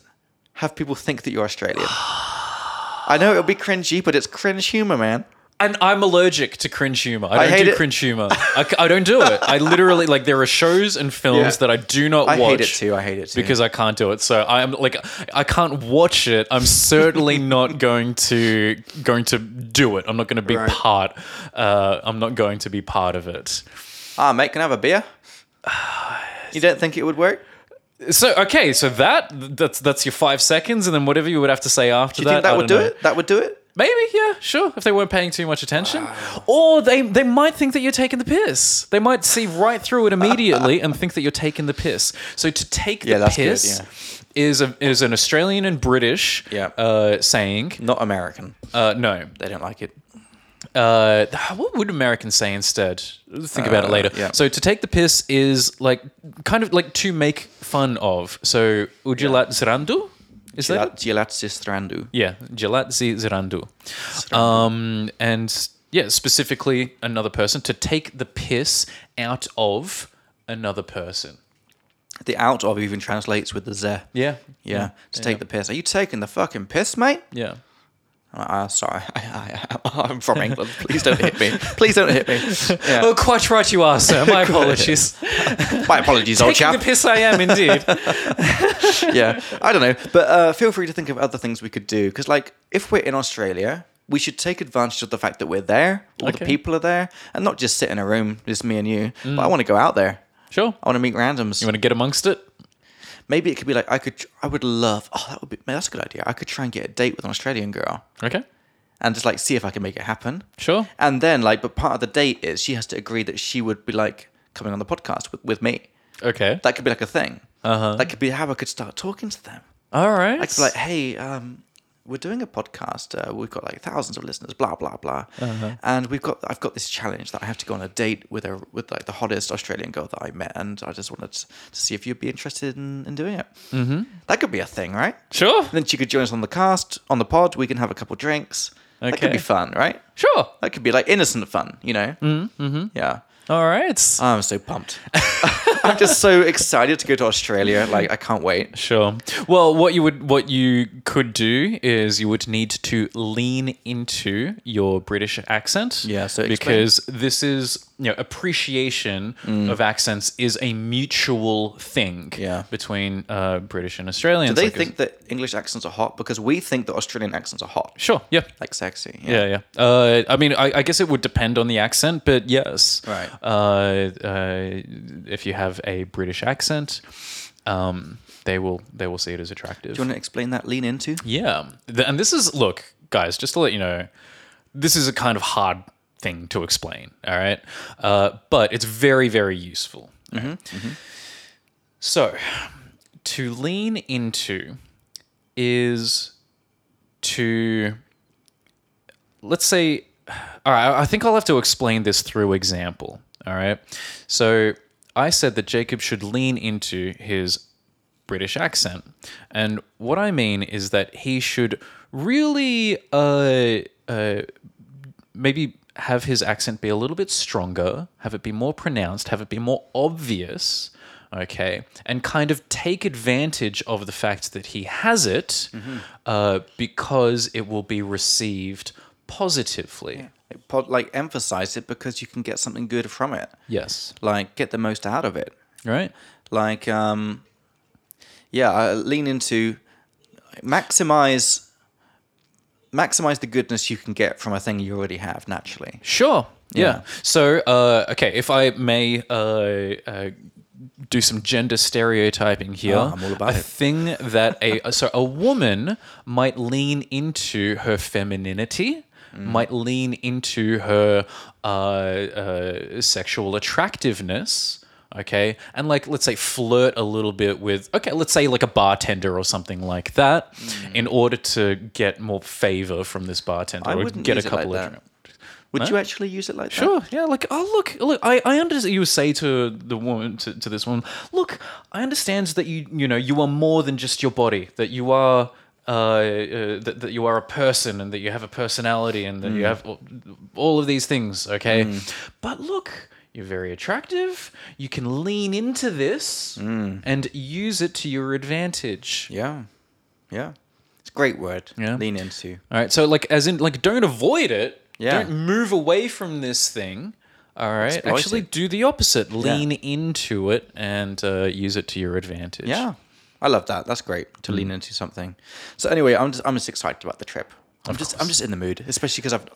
have people think that you're [sighs] Australian. I know it'll be cringy, but it's cringe humor, man. and I'm allergic to cringe humor. I don't hate do it. cringe [laughs] humor. I, c- I don't do it. I literally like there are shows and films Yeah. that I do not I watch. hate it too. I hate it too. Because I can't do it, so I'm like, I can't watch it. I'm [laughs] certainly not going to going to do it. I'm not going to be Right. part. Uh, I'm not going to be part of it. Ah, mate, can I have a [sighs] beer? You don't think it would work? So okay, so that that's that's your five seconds, and then whatever you would have to say after Do you think that I that would do don't know. it? That would do it? Maybe, yeah, sure. If they weren't paying too much attention, or they they might think that you're taking the piss. They might see right through it immediately and think that you're taking the piss. So to take Yeah, the that's good, piss is a, is an Australian and British Yeah. uh, saying. Not American. Uh, no, They don't like it. uh, what would Americans say instead? Think about it later. Uh, yeah. So to take the piss is like kind of like to make fun of. So would you like zrandu? Is that it? Gela- Gelatis strandu. Yeah, Gelatzi Zirandu. Um, and yeah, specifically another person to take the piss out of another person. The out of even translates with the z. Yeah. Yeah. To take the piss. Are you taking the fucking piss, mate? Yeah. I'm like, "Ah, sorry. [laughs] I, I, I'm from England. Please don't [laughs] hit me. Please don't hit me. Oh, Yeah. quite right you are, [laughs] sir. My apologies. My apologies, old Taking the chap. piss I am indeed. [laughs] yeah. I don't know. But uh, feel free to think of other things we could do. Because, like, if we're in Australia, we should take advantage of the fact that we're there, all the Okay. people are there, and not just sit in a room, just me and you. But I want to go out there. sure. I want to meet randoms. Mm. You want to get amongst it? Maybe it could be like I could. I would love. Oh, that would be. Man, that's a good idea. I could try and get a date with an Australian girl Okay. and just like see if I can make it happen. Sure. And then like, but part of the date is she has to agree that she would be like coming on the podcast with, with me. Okay. That could be like a thing. Uh-huh. That could be how I could start talking to them. All right. I could be like, hey, um, we're doing a podcast. Uh, we've got like thousands of listeners. Blah blah blah. And we've got. I've got this challenge that I have to go on a date with a with like the hottest Australian girl that I met, and I just wanted to, to see if you'd be interested in, in doing it. Mm-hmm. That could be a thing, right? sure. Then she could join us on the cast, on the pod. We can have a couple drinks. That could Okay. be fun, right? Sure. That could be like innocent fun, you know? Mm-hmm. Yeah. All right. I'm so pumped. [laughs] I'm just so excited to go to Australia. Like, I can't wait. Sure. Well, what you would what you could do is you would need to lean into your British accent. Yeah, so explain. because this is you know appreciation of accents is a mutual thing. Mm. Yeah. between uh, British and Australians. Do they Like, think that English accents are hot? Because we think that Australian accents are hot, Sure. Yeah. like sexy. Yeah, yeah. Uh, I mean, I, I guess it would depend on the accent, but yes. Right. Uh, uh, if you have a British accent, um, they will they will see it as attractive. Do you want to explain that? Lean into. Yeah. Th- And this is, look, guys, just to let you know, this is a kind of hard thing to explain. All right. Uh, but it's very, very useful. all right? So, to lean into is to, let's say, all right, I- I think I'll have to explain this through example. All right. So, I said that Jacob should lean into his British accent. And what I mean is that he should really uh, uh, maybe have his accent be a little bit stronger, have it be more pronounced, have it be more obvious, okay, and kind of take advantage of the fact that he has it uh, because it will be received positively. Like, pod, like emphasize it because you can get something good from it. Yes. Like get the most out of it. Right? Like um, yeah, I lean into maximize maximize the goodness you can get from a thing you already have naturally. Sure. Yeah. Yeah. So, uh, okay, if I may uh, uh, do some gender stereotyping here, Oh, I'm all about a it. thing that a [laughs] so a woman might lean into her femininity. Mm. Might lean into her uh, uh, sexual attractiveness, okay, and like let's say flirt a little bit with, okay, let's say like a bartender or something like that, in order to get more favor from this bartender. Mm. I or wouldn't get use a it like couple of that. Would you actually use it like that? Sure. Yeah. Like, oh, look, look. I, I understand. You would say to the woman, to, to this woman, look, I understand that you, you know, you are more than just your body. That you are, uh, uh that, that you are a person, and that you have a personality, and that Mm. you have all, all of these things. Okay. But look, you're very attractive. You can lean into this Mm. and use it to your advantage. Yeah. Yeah. It's a great word. Yeah. Lean into. All right. So like as in like don't avoid it. Yeah. Don't move away from this thing. All right. Exploit Actually it. do the opposite. Lean into it and uh, use it to your advantage. Yeah. I love that. That's great Mm. to lean into something. So anyway, I'm just I'm just excited about the trip. I'm just I'm just in the mood, especially because I've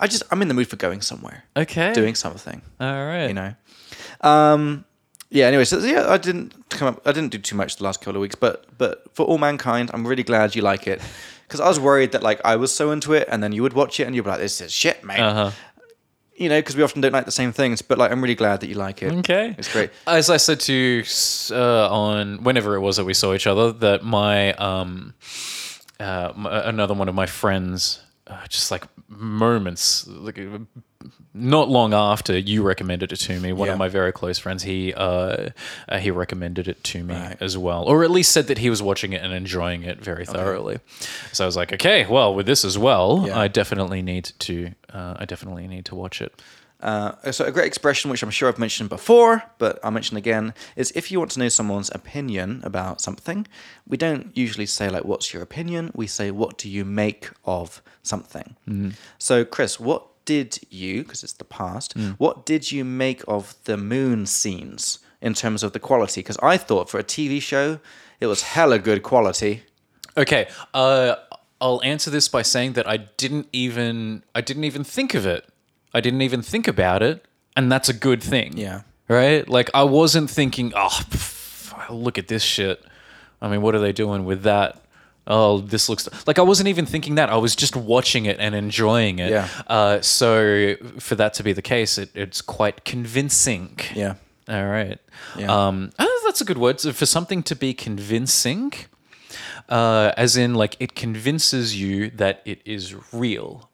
I just I'm in the mood for going somewhere, Okay. doing something. All right. You know. Um. Yeah. Anyway, so yeah, I didn't come up. I didn't do too much the last couple of weeks, but but for all mankind, I'm really glad you like it because I was worried that like I was so into it, and then you would watch it and you'd be like, "This is shit, mate." Uh-huh. You know, because we often don't like the same things, but like I'm really glad that you like it. Okay. It's great. As I said to you s- uh, on whenever it was that we saw each other, that my um, uh, m- another one of my friends, uh, just like moments, like uh, not long after you recommended it to me, one Yeah. of my very close friends, he uh, uh, he recommended it to me Right. as well, or at least said that he was watching it and enjoying it very thoroughly. So I was like, okay, well, with this as well, Yeah. I definitely need to, uh, I definitely need to watch it. Uh, so a great expression, which I'm sure I've mentioned before, but I'll mention again, is if you want to know someone's opinion about something, we don't usually say like, "What's your opinion?" We say, "What do you make of something?" So, Chris, what did you? Because it's the past. What did you make of the moon scenes in terms of the quality? Because I thought for a TV show, it was hella good quality. Okay. Uh, I'll answer this by saying that I didn't even I didn't even think of it. I didn't even think about it, and that's a good thing. Yeah. Right? Like I wasn't thinking, oh, pff, look at this shit. I mean, what are they doing with that? Oh, this looks like I wasn't even thinking that. I was just watching it and enjoying it. Yeah. Uh, so for that to be the case, it, it's quite convincing. Yeah. All right. Yeah. Um, oh, that's a good word. So for something to be convincing, uh, as in like it convinces you that it is real.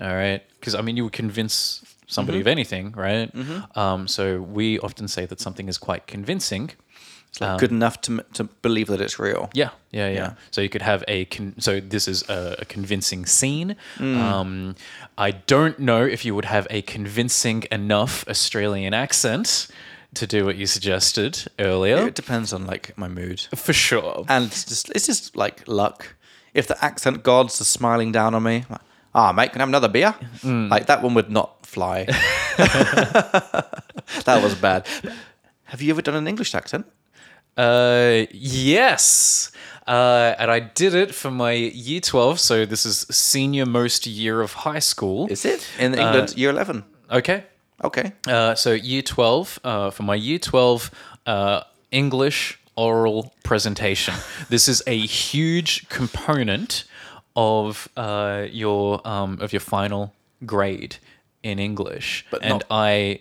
All right. Because I mean, you would convince Mm-hmm. somebody of anything, right? Um, so we often say that something is quite convincing. It's like good enough to, m- to believe that it's real. Yeah, yeah, yeah. Yeah. So you could have a con- so this is a, a convincing scene. Mm. Um, I don't know if you would have a convincing enough Australian accent to do what you suggested earlier. It depends on like my mood. For sure. And it's just it's just like luck. If the accent gods are smiling down on me, like, ah, mate, can I have another beer? Like that one would not [laughs] fly. that was bad. Have you ever done an English accent? Uh, yes. Uh, and I did it for my year 12, so this is senior most year of high school. Is it Uh, in England? year eleven. okay. Okay. Uh, so year 12 uh, for my year 12 uh, english oral presentation this is a huge component of uh, your um, of your final grade in english but and not- i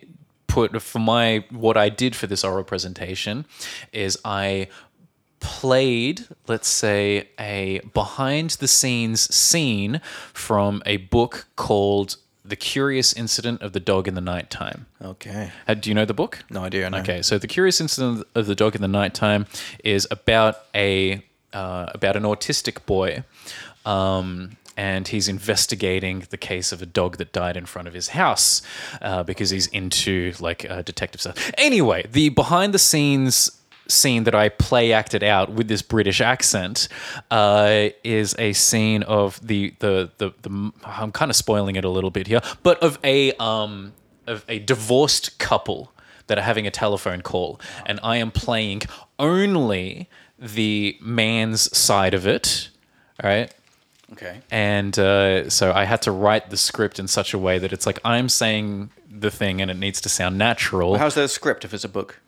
put for my what i did for this oral presentation is i played, let's say, a behind the scenes scene from a book called The Curious Incident of the Dog in the Nighttime. Okay. Uh, Do you know the book? No idea. No. Okay, so The Curious Incident of the Dog in the Nighttime is about a uh, about an autistic boy. Um, and he's investigating the case of a dog that died in front of his house uh, because he's into like uh, detective stuff. Anyway, the behind the scenes scene that I play acted out with this British accent uh, is a scene of the the the, the I'm kind of spoiling it a little bit here, but of a um of a divorced couple that are having a telephone call, and I am playing only the man's side of it. All right. Okay. And uh, so I had to write the script in such a way that it's like I'm saying the thing and it needs to sound natural. How's the script if it's a book?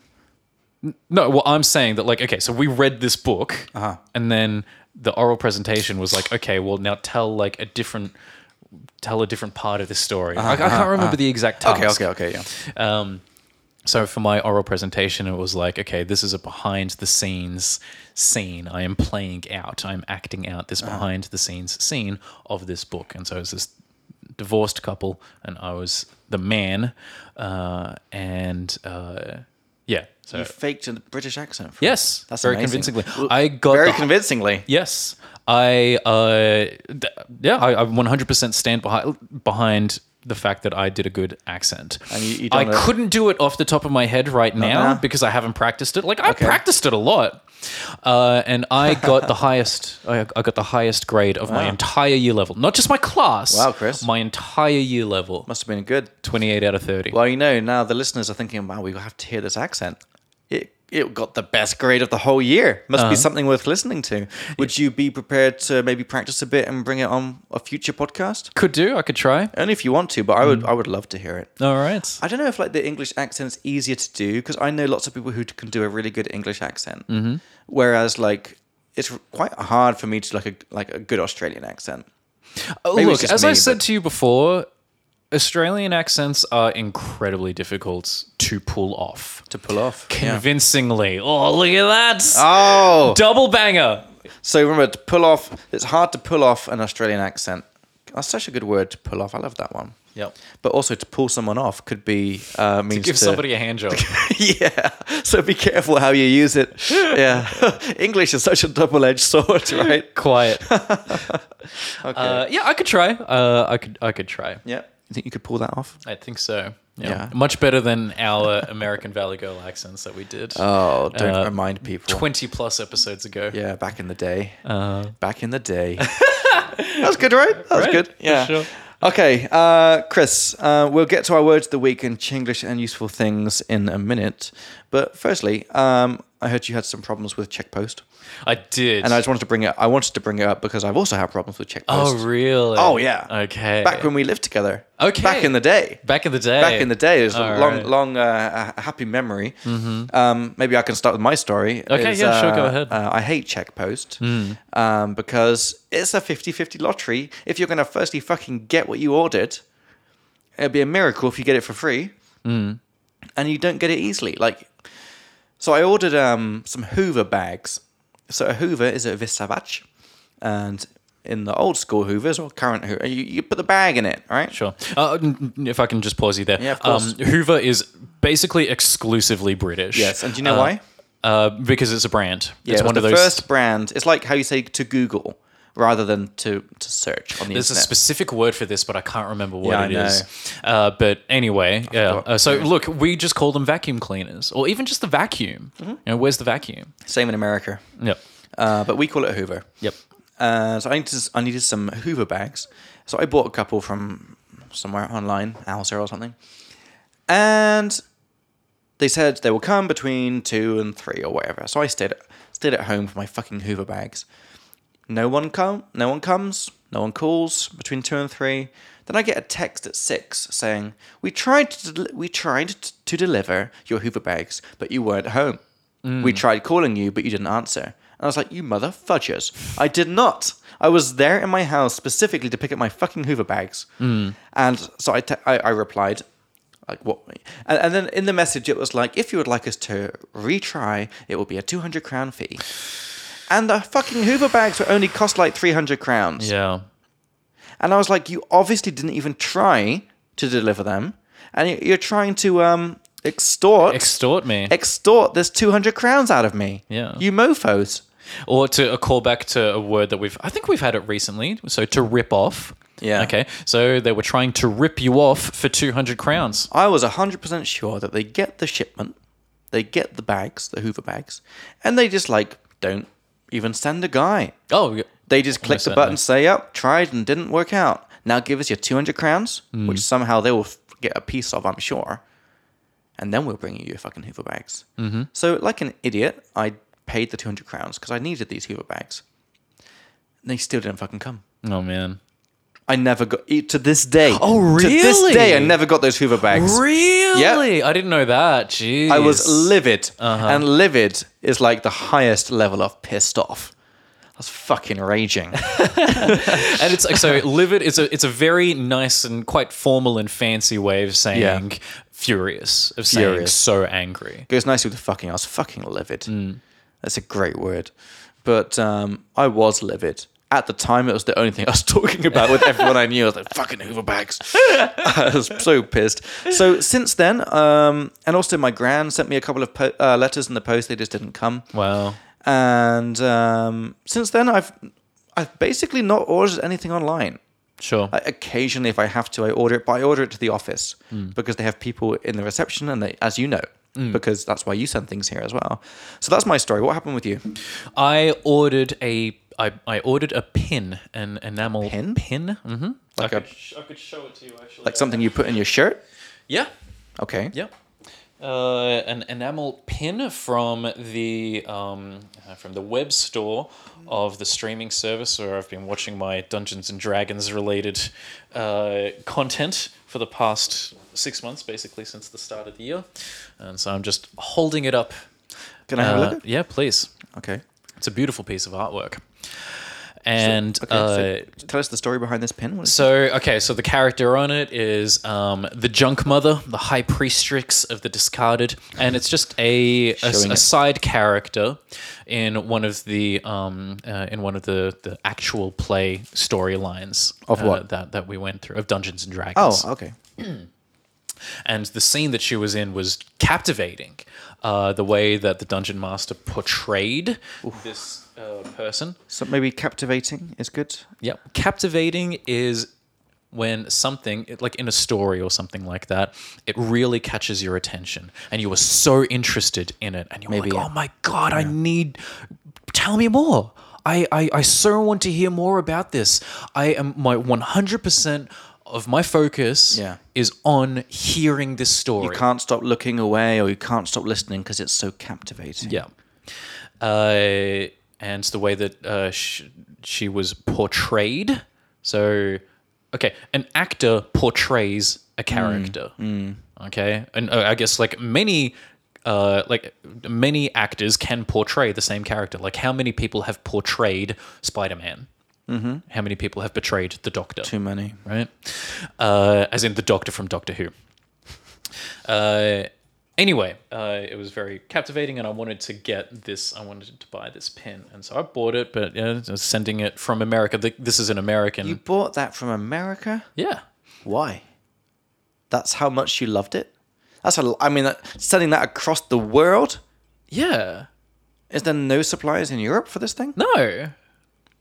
No, well, I'm saying that, like, okay, so we read this book, Uh-huh. and then the oral presentation was like, okay, well, now tell like a different, tell a different part of this story. I, I can't remember the exact task. Uh-huh. Okay. Okay. Okay. Yeah. So for my oral presentation, it was like, okay, this is a behind the scenes scene. I am playing out. I'm acting out this behind the scenes scene of this book. And so it's this divorced couple, and I was the man, uh, and uh, yeah. So You faked a British accent. For Yes, That's very amazing. convincingly. Well, I got Very the- convincingly. yes. I uh, d- yeah, I, I 100% stand behind behind the fact that I did a good accent. And you- you I don't know- Uh-uh. couldn't do it off the top of my head right now now? because I haven't practiced it. Like I practiced it a lot, uh, and I got the [laughs] highest. I, I got the highest grade of my entire year level, not just my class. Wow, Chris. my entire year level, Must have been good. 28 out of 30. Well, you know, now the listeners are thinking, wow, we have to hear this accent. It, it got the best grade of the whole year. Must be something worth listening to. Would you be prepared to maybe practice a bit and bring it on a future podcast? Could do. I could try. Only if you want to, but I would I would love to hear it. All right. I don't know if like the English accent's easier to do because I know lots of people who can do a really good English accent, mm-hmm. whereas like it's quite hard for me to like a like a good Australian accent. Oh, Maybe look, it's just as I me, said but- to you before, Australian accents are incredibly difficult to pull off. to pull off. Convincingly. Oh, look at that. Oh, Double banger. so remember to pull off. It's hard to pull off an Australian accent. That's such a good word to pull off. I love that one. Yep. But also to pull someone off could be uh, means to Give somebody a hand job. [laughs] yeah. So be careful how you use it. [laughs] Yeah. English is such a double-edged sword, [laughs] right? [laughs] Quiet. Okay. Uh, yeah, I could try. Uh, I could I could try. yeah. You think you could pull that off? I think so. Yeah. Yeah. Much better than our American Valley Girl accents that we did Oh, don't Uh, remind people. 20 plus episodes ago. yeah, back in the day. back in the [laughs] day. that was good, right? That was Uh-huh. Right, good. for Yeah. sure. Okay, uh, Chris, uh, we'll get to our words of the week and Chinglish and useful things in a minute. But firstly, um, I heard you had some problems with Checkpost, I did. and I just wanted to bring it. I wanted to bring it up because I've also had problems with Checkpost. oh, really? Oh, yeah. Okay. Back when we lived together. Okay. Back in the day. Back in the day. Back in the day is a All long, right. long, uh, a happy memory. Um, maybe I can start with my story. Mm-hmm. Okay, Is, yeah, sure, go uh, ahead. Hmm. Uh, I hate Checkpost um, because it's a 50-50 lottery. If you're going to firstly fucking get what you ordered, it'd be a miracle if you get it for free, Hmm. and you don't get it easily. Like, so I ordered um, some Hoover bags. So a Hoover is a Visavach, and in the old school Hoovers or current Hoover, you, you put the bag in it, right? Sure. Uh, n- n- if I can just pause you there. Yeah, of course. Um, Hoover is basically exclusively British. Yes, and do you know Uh, why? uh, because it's a brand. Yeah, it's it was one of the those. first brand. It's like how you say to Google rather than to, to search on the there's a internet. specific word for this, but I can't remember what Yeah, it I is. Uh, but anyway, yeah. forgot. Uh, so look, we just call them vacuum cleaners, or even just the vacuum. Mm-hmm. You know, where's the vacuum? Same in America, Yep. uh, but we call it a Hoover. Yep. Uh, so I needed, I needed some Hoover bags. So I bought a couple from somewhere online, Alser or something. And they said they will come between two and three or whatever. So I stayed stayed at home for my fucking Hoover bags. No one come, no one comes, no one calls between two and three. Then I get a text at six saying we tried to del- we tried t- to deliver your Hoover bags, but you weren't home. We tried calling you, but you didn't answer. And I was like, you mother fudgers! I did not. I was there in my house specifically to pick up my fucking Hoover bags. And so I, te- I, I replied, like what and, and then in the message it was like if you would like us to retry it will be a 200 crown fee and the fucking hoover bags would only cost like 300 crowns Yeah. and i was like you obviously didn't even try to deliver them and you- you're trying to um extort Extort me. extort this 200 crowns out of me Yeah. you mofos or to a callback to a word that we've I think we've had it recently. So to rip off. Yeah. Okay. So they were trying to rip you off for two hundred crowns. I was 100% sure that they get the shipment, they get the bags, the Hoover bags, and they just like don't even send a guy. Oh. yeah. They just click the certainly. button, say, yep, tried and didn't work out. Now give us your 200 crowns, Hmm. which somehow they will f- get a piece of, I'm sure. And then we'll bring you your fucking Hoover bags. Mm-hmm. So, like an idiot, I paid the 200 crowns because I needed these Hoover bags. And they still didn't fucking come. Oh man. I never got, e- to this day. Oh, To this day, I really? never got those Hoover bags. Really? I didn't know that. Jeez. I was livid, Uh-huh. and livid is like the highest level of pissed off. I was fucking raging. and it's [laughs] like so livid it's a it's a very nice and quite formal and fancy way of saying Yeah. furious of saying Furious. so angry Goes nicely with the fucking. I was fucking livid. That's a great word, but um, I was livid at the time. It was the only thing I was [laughs] talking about with everyone I knew. I was like fucking Hoover bags. [laughs] I was so pissed. So since then, um, and also my gran sent me a couple of po- uh, letters in the post. They just didn't come. wow And um, since then, I've I've basically not ordered anything online. sure I, occasionally, if I have to, I order it, but I order it to the office Mm. because they have people in the reception, and they, as you know, because that's why you send things here as well. So that's my story. What happened with you? i ordered a I, I ordered a pin, an enamel Pin? Pin, mm-hmm. Like I, a- could sh- I could show it to you actually. Like something you put in your shirt? Yeah, Okay. yeah. Uh, an enamel pin from the um, uh, from the web store of the streaming service where I've been watching my Dungeons and Dragons related uh, content for the past six months, basically since the start of the year, and so I'm just holding it up. Can I have a Uh, look? Yeah, please. Okay. It's a beautiful piece of artwork. And Okay, uh, so tell us the story behind this pin. What is so, okay, so the character on it is um, the Junk Mother, the High Priestess of the Discarded, and it's just a a, Showing a it. side character in one of the um, uh, in one of the, the actual play storylines Of uh, what? that that we went through of Dungeons and Dragons oh, okay. and the scene that she was in was captivating. Uh, the way that the dungeon master portrayed this uh, person. So maybe captivating is good. Yep. Captivating is when something, it- like in a story or something like that, it really catches your attention and you are so interested in it and you're Maybe, like, oh my God, I need, tell me more. I, I, I so want to hear more about this. I am my 100% of my focus Yeah. is on hearing this story. You can't stop looking away, or you can't stop listening because it's so captivating. Yeah. Uh, and the way that uh, she, she was portrayed. So, okay, an actor portrays a character. Okay. And uh, I guess like many. Uh, like many actors can portray the same character. Like, how many people have portrayed Spider Man? Mm-hmm. How many people have portrayed the Doctor? Too many. right? Uh, as in the Doctor from Doctor Who. Uh, anyway, uh, it was very captivating, and I wanted to get this. I wanted to buy this pin, and so I bought it. But yeah, I was sending it from America. Th- This is an American. You bought that from America? yeah. Why? uh, That's how much you loved it. That's a. I mean, that, sending that across the world. Yeah. Is there no suppliers in Europe for this thing? No.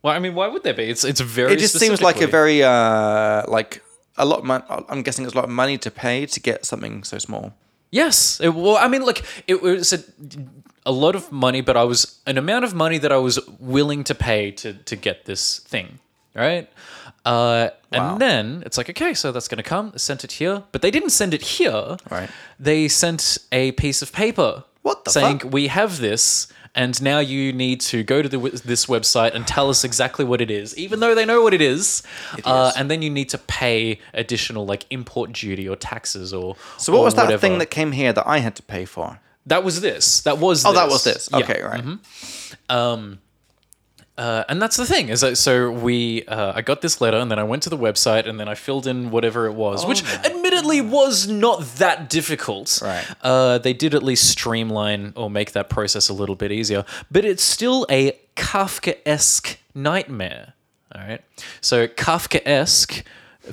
Well, I mean, why would there be? It's it's very. it just seems like a specifically- very uh like a lot of mon- uh, I'm guessing it's a lot of money to pay to get something so small. Yes. It, well, I mean, look, it was a, a lot of money, but I was an amount of money that I was willing to pay to to get this thing, right? Uh, Wow. And then it's like, okay, so that's going to come. Sent it here, but they didn't send it here. Right. They sent a piece of paper. What the saying fuck? we have this, and now you need to go to the, w- this website and tell us exactly what it is, even though they know what it is. Uh, and then you need to pay additional like import duty or taxes or So what or was that whatever. thing that came here that I had to pay for? That was this. That was. Oh, that was this. Yeah. Mm-hmm. Okay, right. Uh, and that's the thing is that so we uh, I got this letter and then I went to the website and then I filled in whatever it was, Oh which admittedly was not that difficult. Right. Uh, they did at least streamline or make that process a little bit easier, but it's still a Kafkaesque nightmare. All right. So Kafkaesque.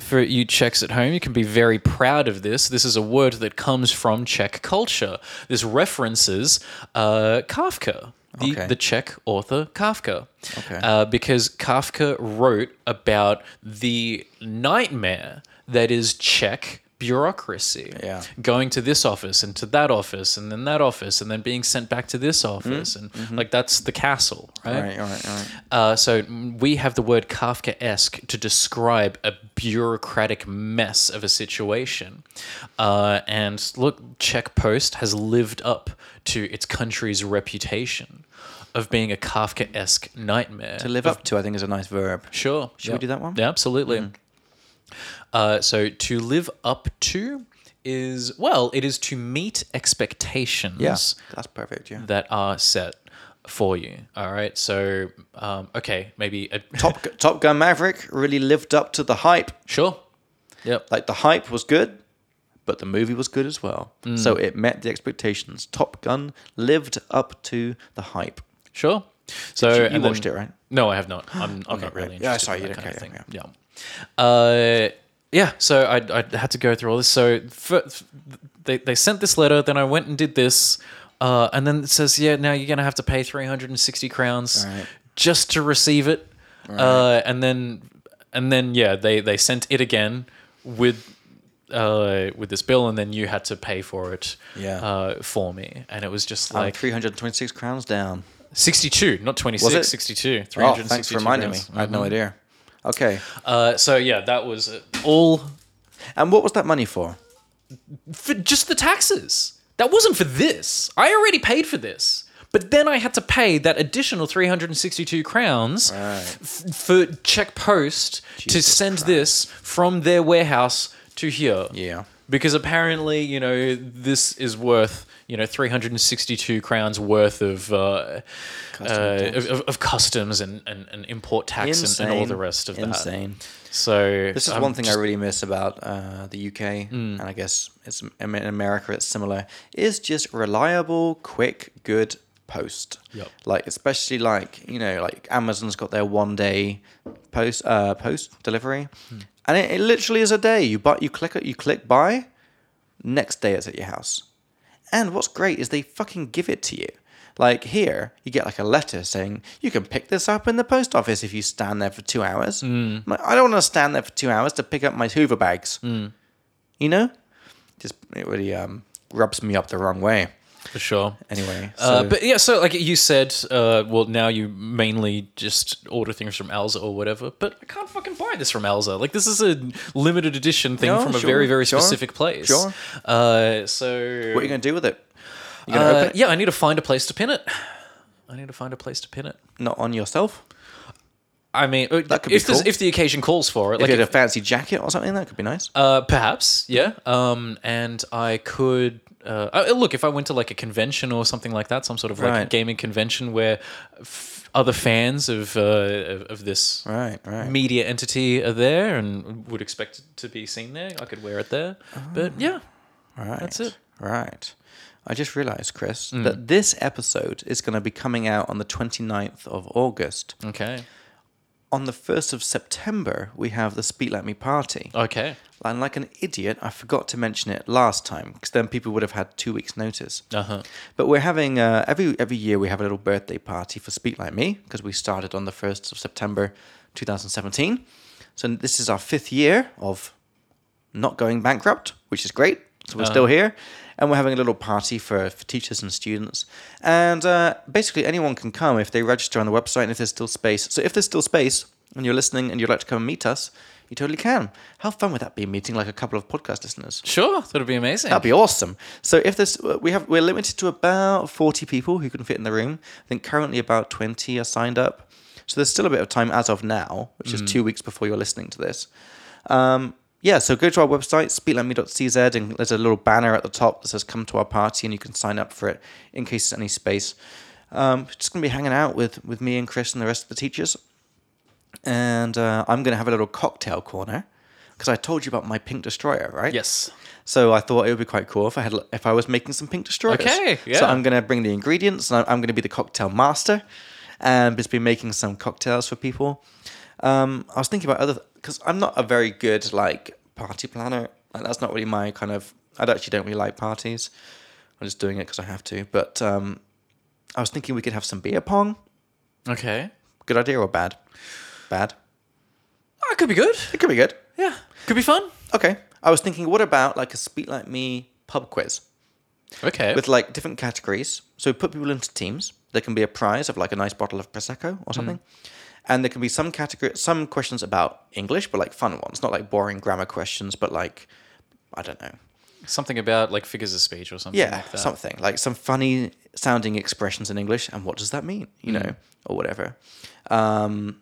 For you Czechs at home, you can be very proud of this. This is a word that comes from Czech culture. This references uh, Kafka, the, Okay. the Czech author Kafka. Okay. Uh, because Kafka wrote about the nightmare that is Czech bureaucracy. Yeah. Going to this office and to that office and then that office and then being sent back to this office. And like that's the castle, All right? Mm-hmm. right, all right, all right. Uh, so we have the word Kafkaesque to describe a bureaucratic mess of a situation. Uh, and look, Czech Post has lived up to its country's reputation of being a Kafkaesque nightmare. To live up to, I think, is a nice verb. Sure. Should we do that one? Mm. Yeah, absolutely. Uh, so to live up to is well, it is to meet expectations Yeah, that's perfect. Yeah. that are set for you. All right. So um, okay, maybe a Top Gu- Top Gun Maverick really lived up to the hype. Sure. Yep. Like the hype was good, but the movie was good as well. Mm. So it met the expectations. Top Gun lived up to the hype. Sure. So You, you Oh, and then- watched it, right? No, I have not. I'm, I'm not really right. interested. Yeah, sorry, in you that didn't kind care, of thing. Yeah. Uh, yeah. So I, I had to go through all this. So fir- they they sent this letter. Then I went and did this, uh, and then it says, yeah, now you're gonna have to pay 360 crowns Right. just to receive it. Uh, and then and then yeah, they they sent it again with. Uh, with this bill, and then you had to pay for it Yeah. Um, uh, for me, and it was just Like like Oh, 326 crowns down. 62, not 26, it? 62. Oh, thanks 362 for reminding me. grams. I had no idea. Okay. Uh, so, yeah, that was uh, all And what was that money for? for just the taxes. That wasn't for this. I already paid for this. But then I had to pay that additional 362 crowns Right. f- for Czech Post to send this from their warehouse to here. Yeah. Because apparently, you know, this is worth, you know, 362 crowns worth of uh, uh, of, of, of customs and, and, and import tax and, and all the rest of that. Insane. So um, This is I'm one thing just- Mm. I really miss about uh, the UK, and I guess it's in America. It's similar. Is just reliable, quick, good post. Yep. Like especially like you know like Amazon's got their one day post uh, post delivery, Hmm. and it, it literally is a day. You but you click it, you click buy, next day it's at your house. And what's great is they fucking give it to you. Like here, you get like a letter saying you can pick this up in the post office if you stand there for two hours. Mm. I don't want to stand there for two hours to pick up my Hoover bags. Mm. You know, just it really um, rubs me up the wrong way. for sure. Anyway, so Uh, but yeah, so like you said, uh, well, now you mainly just order things from Alza or whatever. But I can't fucking buy this from Alza. Like this is a limited edition thing No, from a sure, very very sure, specific place. sure. Uh, so what are you gonna do with it? You gonna uh, open it? yeah, I need to find a place to pin it. I need to find a place to pin it. Not on yourself. I mean, that could be if, this- cool. if the occasion calls for it, If like you had if- a fancy jacket or something, that could be nice. Uh, perhaps, yeah. Um, and I could uh, uh, look if I went to like a convention or something like that, some sort of like Right. gaming convention where f- other fans of uh, of, of this right, right. media entity are there and would expect to be seen there. I could wear it there, Oh. but yeah, Right. That's it. Right. I just realized, Chris, that this episode is going to be coming out on the 29th of August. okay. on the 1st of September, we have the Speak Like Me party. Okay. And like an idiot, I forgot to mention it last time because then people would have had two weeks' notice. Uh huh. But we're having uh, every every year we have a little birthday party for Speak Like Me because we started on the first of September, 2017. So this is our fifth year of not going bankrupt, which is great. So we're Uh-huh. still here, and we're having a little party for, for teachers and students. And uh, basically, anyone can come if they register on the website and if there's still space. So if there's still space and you're listening and you'd like to come and meet us, you totally can. How fun would that be? Meeting like a couple of podcast listeners. Sure. That'd be amazing. That'd be awesome. So if there's uh, we have we're limited to about forty people who can fit in the room. I think currently about twenty are signed up. So there's still a bit of time as of now, which is two weeks before you're listening to this. Um, yeah, so go to our website, speaklikeme.cz, and there's a little banner at the top that says come to our party, and you can sign up for it in case there's any space. Um, just going to be hanging out with, with me and Chris and the rest of the teachers. And uh, I'm going to have a little cocktail corner because I told you about my pink destroyer, right? yes. So I thought it would be quite cool if I had if I was making some pink destroyers. Okay, yeah. So I'm gonna bring the ingredients, and I'm- I'm gonna be the cocktail master, and just be making some cocktails for people. Um, I was thinking about other because I'm not a very good like party planner. Like, that's not really my kind of. I actually don't really like parties. I'm just doing it because I have to. But um, I was thinking we could have some beer pong. Okay. Good idea or bad? Bad. Oh, it could be good. It could be good. Yeah. Could be fun. Okay. I was thinking, what about like a speak like me pub quiz? Okay. with like different categories. So we put people into teams. There can be a prize of like a nice bottle of prosecco Mm. or something, and there can be some category, some questions about English, but like fun ones, not like boring grammar questions, but like I don't know, something about like figures of speech or something. yeah, Like that. something like some funny sounding expressions in English, and what does that mean, you Mm. know, or whatever. Um,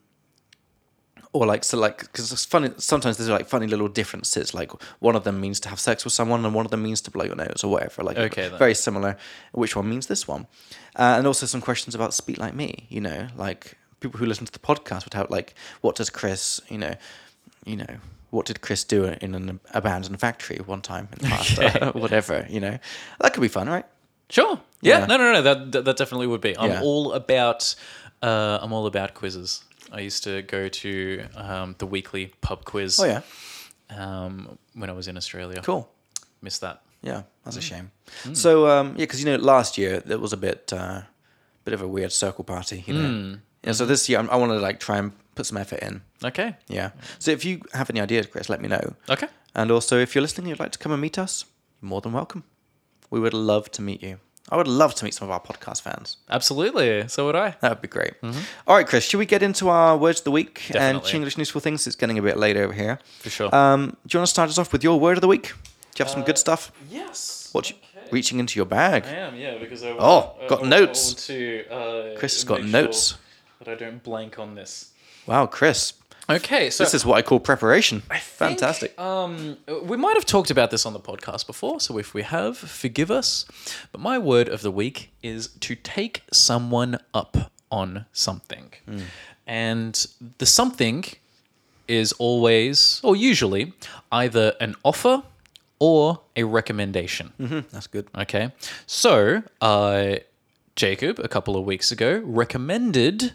or like so like because it's funny sometimes there's like funny little differences like one of them means to have sex with someone and one of them means to blow your nose or whatever like Okay, then. very similar which one means this one uh, and also some questions about speak like me you know like people who listen to the podcast would have like what does chris you know you know what did chris do in an abandoned factory one time in the past [laughs] Okay. [laughs] whatever you know that could be fun right Sure. Yeah. Yeah. No, no, no. That that, that definitely would be. I'm Yeah. all about. Uh, I'm all about quizzes. I used to go to um, the weekly pub quiz. oh yeah Um, when I was in Australia. cool Missed that. Yeah, that's a shame. So um, yeah, because you know last year there was a bit, uh, bit of a weird circle party. You know, Mm. Hmm. yeah. So this year I'm, I want to like try and put some effort in. Okay. Yeah. So if you have any ideas, Chris, let me know. Okay. And also, if you're listening, and you'd like to come and meet us, you're more than welcome. We would love to meet you. I would love to meet some of our podcast fans. Absolutely. So would I. That would be great. All right, Chris, should we get into our words of the week and Definitely. Chinglish news for things? It's getting a bit late over here. For sure. Um, do you want to start us off with your word of the week? Do you have some good stuff? yes. What you, reaching into your bag? I am. Yeah. Because I. Oh, I- got I- I notes. want to, uh, Chris has got make notes. sure That I don't blank on this. Wow, Chris, Okay. So this is what I call preparation. think, Fantastic. um, we might have talked about this on the podcast before, so if we have, forgive us. But my word of the week is to take someone up on something, and the something is always or usually either an offer or a recommendation. Mm-hmm. That's good. Okay. So, uh, Jacob, a couple of weeks ago, recommended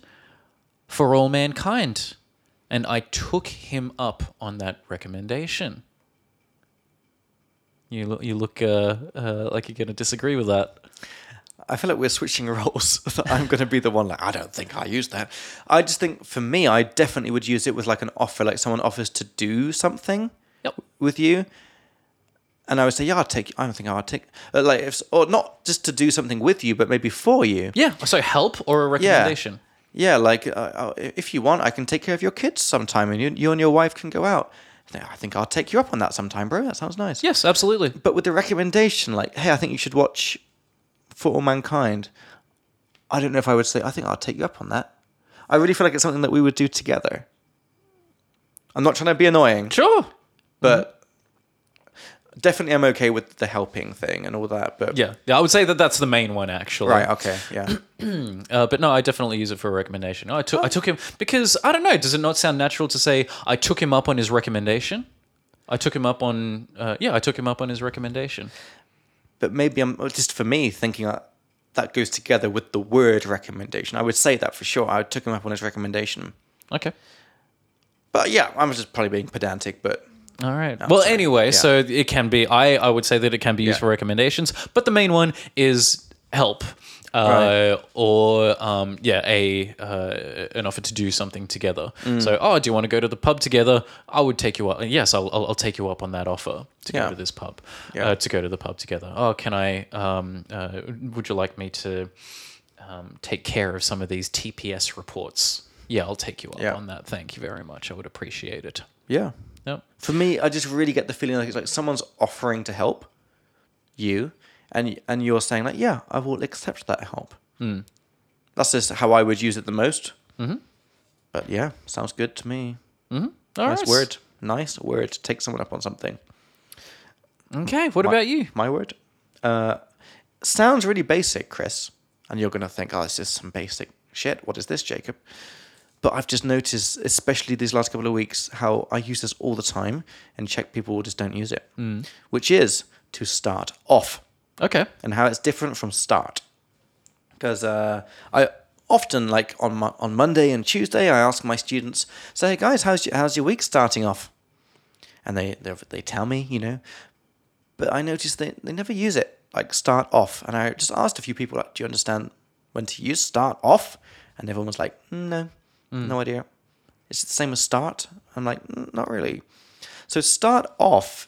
For All Mankind. And I took him up on that recommendation. You, lo- you look uh, uh, like you're going to disagree with that. I feel like we're switching [laughs] roles. I'm going to be the one like I don't think I use that. I just think for me, I definitely would use it with like an offer, like someone offers to do something Yep. with you, and I would say, yeah, I'll take. I don't think I'll take. uh, Like if or not just to do something with you, but maybe for you. Yeah. So, help or a recommendation? Yeah, like uh, uh, if you want, I can take care of your kids sometime, and you, you and your wife can go out. I think I'll take you up on that sometime, bro. That sounds nice. Yes, absolutely. but with the recommendation, like, hey, I think you should watch For All Mankind, I don't know if I would say, I think I'll take you up on that. I really feel like it's something that we would do together. I'm not trying to be annoying, Sure. but definitely I'm okay with the helping thing and all that. But Yeah. yeah. I would say that that's the main one, actually. right, okay, yeah. [clears throat] Uh, but no, I definitely use it for a recommendation. I took I took him because I don't know. Does it not sound natural to say I took him up on his recommendation? I took him up on uh, yeah. I took him up on his recommendation. but maybe I'm just for me thinking that that goes together with the word recommendation. I would say that for sure. I took him up on his recommendation. Okay. But yeah, I'm just probably being pedantic, but All right. well, sorry. anyway, Yeah. so it can be. I I would say that it can be used Yeah. for recommendations, but the main one is help. Uh, or um, yeah, a uh, an offer to do something together. Mm. So, oh, do you want to go to the pub together? I would take you up. Yes, I'll, I'll, I'll take you up on that offer to Yeah. go to this pub. Yeah. Uh, to go to the pub together. Oh, can I? Um, uh, would you like me to um, take care of some of these TPS reports? Yeah, I'll take you up Yeah. on that. Thank you very much. I would appreciate it. yeah. Yep. For me, I just really get the feeling like it's like someone's offering to help you, and and you're saying like, yeah, I will accept that help. Hmm. That's just how I would use it the most. Mm-hmm. But yeah, sounds good to me. All right. nice word. Nice word. Take someone up on something. Okay, what My- about you? My word. Uh, sounds really basic, Chris. And you're going to think, oh, this is some basic shit. What is this, Jacob? But I've just noticed, especially these last couple of weeks, how I use this all the time and Czech people just don't use it, which is to start off Okay. and how it's different from start. Because uh, I often, like on, Mo- on Monday and Tuesday, I ask my students, so hey guys, how's, your how's your week starting off? And they, they, they tell me, you know, but I noticed they, they never use it, like start off. And I just asked a few people, like, do you understand when to use start off? And everyone was like, no, no idea. Is it the same as start? I'm like, "Mm, not really. So start off,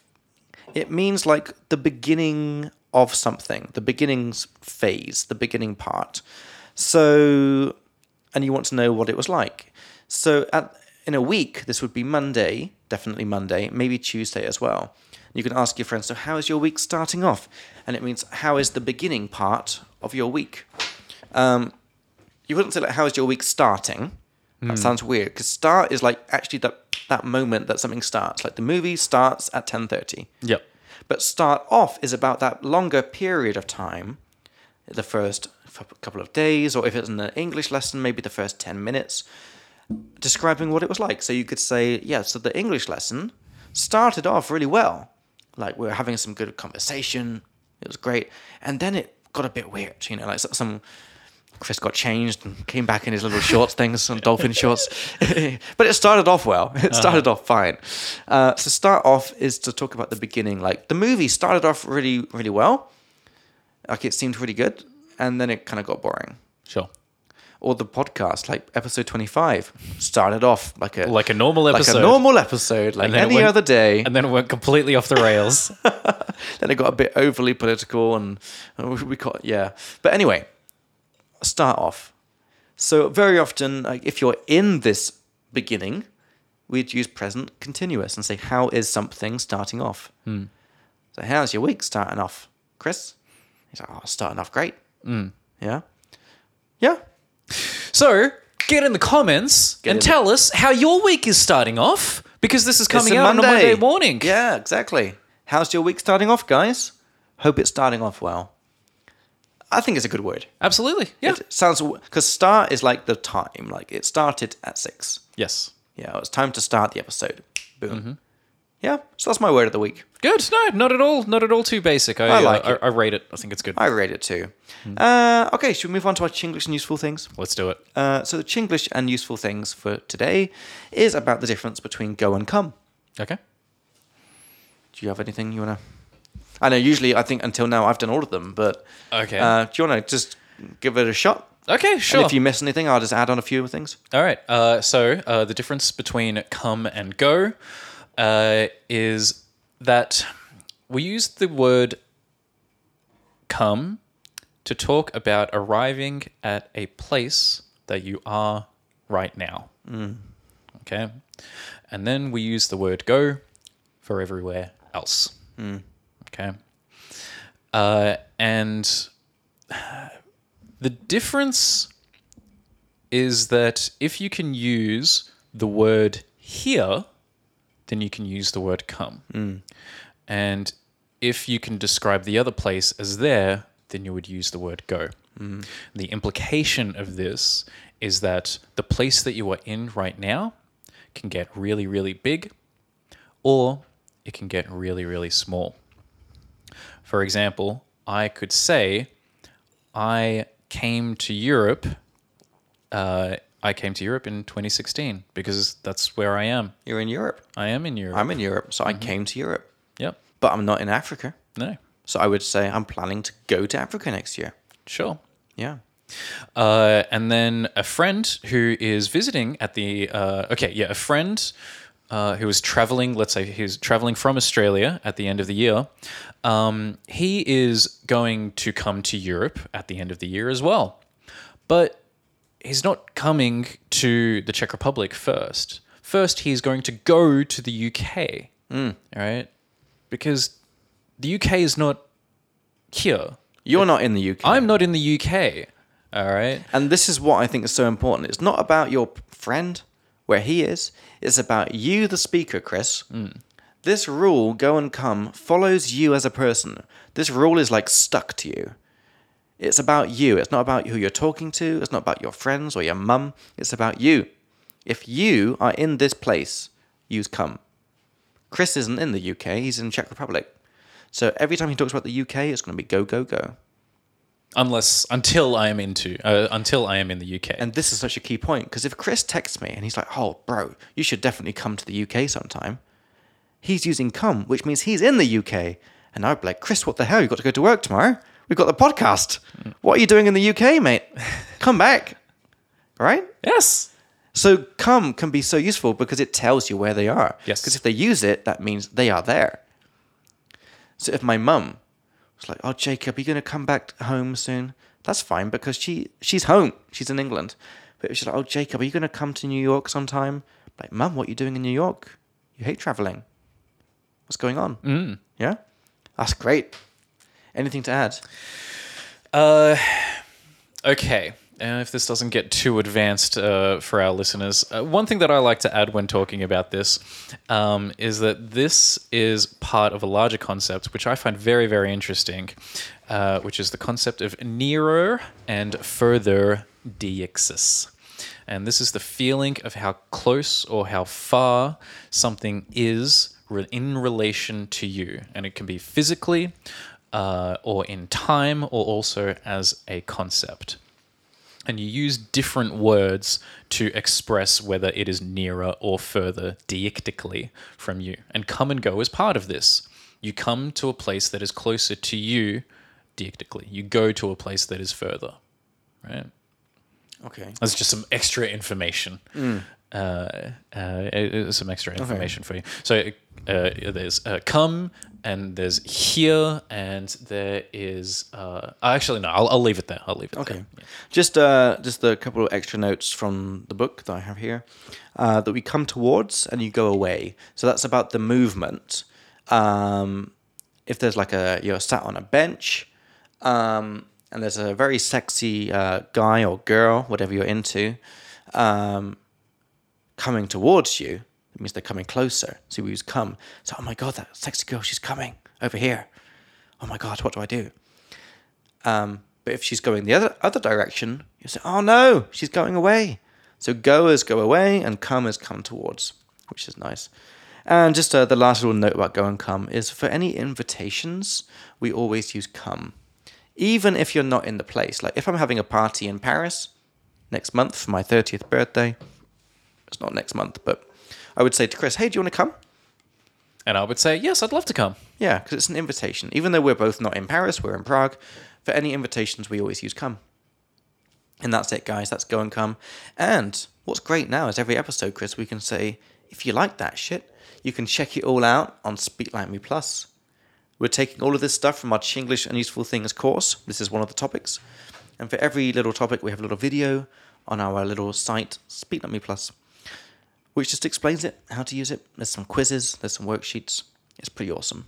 it means like the beginning of something, the beginnings phase, the beginning part. So, and you want to know what it was like. So, at, in a week, this would be Monday, definitely Monday, maybe Tuesday as well. You can ask your friends, so how is your week starting off? And it means, how is the beginning part of your week? Um, you wouldn't say, like, how is your week starting? That sounds weird because start is like actually that, that moment that something starts. Like the movie starts at 10.30 Yep. but start off is about that longer period of time the first f- couple of days or if it's an english lesson maybe the first 10 minutes describing what it was like so you could say yeah so the english lesson started off really well like we were having some good conversation it was great and then it got a bit weird you know like s- some chris got changed and came back in his little shorts things some dolphin shorts [laughs] but it started off well Uh-huh. it started off fine uh, so start off is to talk about the beginning like the movie started off really really well like it seemed really good and then it kind of got boring Sure. or the podcast like episode 25 started off like a Like a normal like episode. a normal episode like And then it any went- other day And then it went completely off the [laughs] rails. then it got a bit overly political and and we got yeah but anyway start off so very often like if you're in this beginning we'd use present continuous and say how is something starting off Hmm. so how's your week starting off chris he's like oh starting off great Hmm. yeah yeah so get in the comments Get in and the- tell us how your week is starting off because this is coming out on a Monday [laughs] morning. Yeah, exactly. How's your week starting off, guys? Hope it's starting off well. I think it's a good word. Absolutely. Yeah. It sounds because start is like the time, like it started at six. yes. Yeah, it's time to start the episode. Boom. Mm-hmm. Yeah, so that's my word of the week. Good. No, not at all. Not at all too basic. I, I like uh, it. I, I rate it. I think it's good. I rate it too. Hmm. Uh, okay, should we move on to our Chinglish and useful things? Let's do it. Uh, so the Chinglish and useful things for today is about the difference between go and come. Okay. Do you have anything you want to? I know. Usually, I think until now I've done all of them, but Okay. Uh, do you want to just give it a shot? okay, sure. And if you miss anything, I'll just add on a few things. All right. Uh, so uh, the difference between come and go uh, is that we use the word come to talk about arriving at a place that you are right now. Okay. And then we use the word go for everywhere else. Okay. Uh, and the difference is that if you can use the word here, then you can use the word come. And if you can describe the other place as there, then you would use the word go. The implication of this is that the place that you are in right now can get really, really big, or it can get really, really small. For example, I could say, I came to Europe uh, I came to Europe in 2016 because that's where I am. You're in Europe. I am in Europe. I'm in Europe, so I Mm-hmm. came to Europe, yep. but I'm not in Africa. No. So I would say I'm planning to go to Africa next year. Sure. Yeah. Uh, and then a friend who is visiting at the uh, okay, yeah, a friend uh, who is traveling. Let's say he's traveling from Australia at the end of the year. Um, he is going to come to Europe at the end of the year as well, but he's not coming to the Czech Republic first. First, he's going to go to the UK. All right, because the UK is not here. You're not in the UK. I'm not in the UK. All right. And this is what I think is so important. It's not about your friend where he is, it's about you, the speaker, Chris. This rule, go and come, follows you as a person. This rule is like stuck to you. It's about you. It's not about who you're talking to. It's not about your friends or your mum. It's about you. If you are in this place, you come. Chris isn't in the UK, he's in Czech Republic. So every time he talks about the UK, it's going to be go, go, go. unless until I am into uh, until I am in the UK. And this is such a key point because if Chris texts me and he's like, "Oh, bro, you should definitely come to the UK sometime," he's using "come," which means he's in the UK, and I'd be like, "Chris, what the hell? You got to go to work tomorrow. We've got the podcast. What are you doing in the UK, mate? Come back, right?" yes, So "come" can be so useful because it tells you where they are. Yes. Because if they use it, that means they are there. So if my mum was like, "Oh, Jacob, are you gonna come back home soon?" That's fine because she she's home. She's in England. But if she's like, "Oh, Jacob, are you gonna come to New York sometime?" I'm like, mum, what are you doing in New York? You hate traveling. What's going on? Mm. Yeah, that's great. Anything to add? Uh, okay. And if this doesn't get too advanced uh, for our listeners, uh, one thing that I like to add when talking about this um, is that this is part of a larger concept, which I find very, very interesting, uh, which is the concept of nearer and further deixis. And this is the feeling of how close or how far something is re- in relation to you. And it can be physically, uh, or in time, or also as a concept. And you use different words to express whether it is nearer or further deictically from you. And come and go is part of this. You come to a place that is closer to you deictically, you go to a place that is further. Right? Okay. That's just some extra information. Hmm. Uh, uh, it- it's some extra information for you. So uh, there's uh, come and there's here and there is. Uh, actually, no, I'll, I'll leave it there. I'll leave it Okay. there. Just uh, just a couple of extra notes from the book that I have here uh, that we come towards and you go away. So that's about the movement. Um, if there's like a you're sat on a bench, um, and there's a very sexy uh, guy or girl, whatever you're into, um, coming towards you. It means they're coming closer. So we use come. So oh my god, that sexy girl, she's coming over here. Oh my god, what do I do? Um, but if she's going the other other direction, you say, "Oh no, she's going away." So go is go away, and come is come towards, which is nice. And just uh, the last little note about go and come is for any invitations, we always use come, even if you're not in the place. Like if I'm having a party in Paris next month for my 30th birthday, it's not next month, but I would say to Chris, "Hey, do you want to come?" And I would say, yes, I'd love to come. Yeah, because it's an invitation. Even though we're both not in Paris, we're in Prague. For any invitations, we always use come. And that's it, guys. That's go and come. And what's great now is every episode, Chris, we can say, if you like that shit, you can check it all out on Speak Like Me Plus. We're taking all of this stuff from our Chinglish and Useful Things course. This is one of the topics. And for every little topic, we have a little video on our little site, Speak Like Me Plus, which just explains it, how to use it. There's some quizzes, there's some worksheets. It's pretty awesome.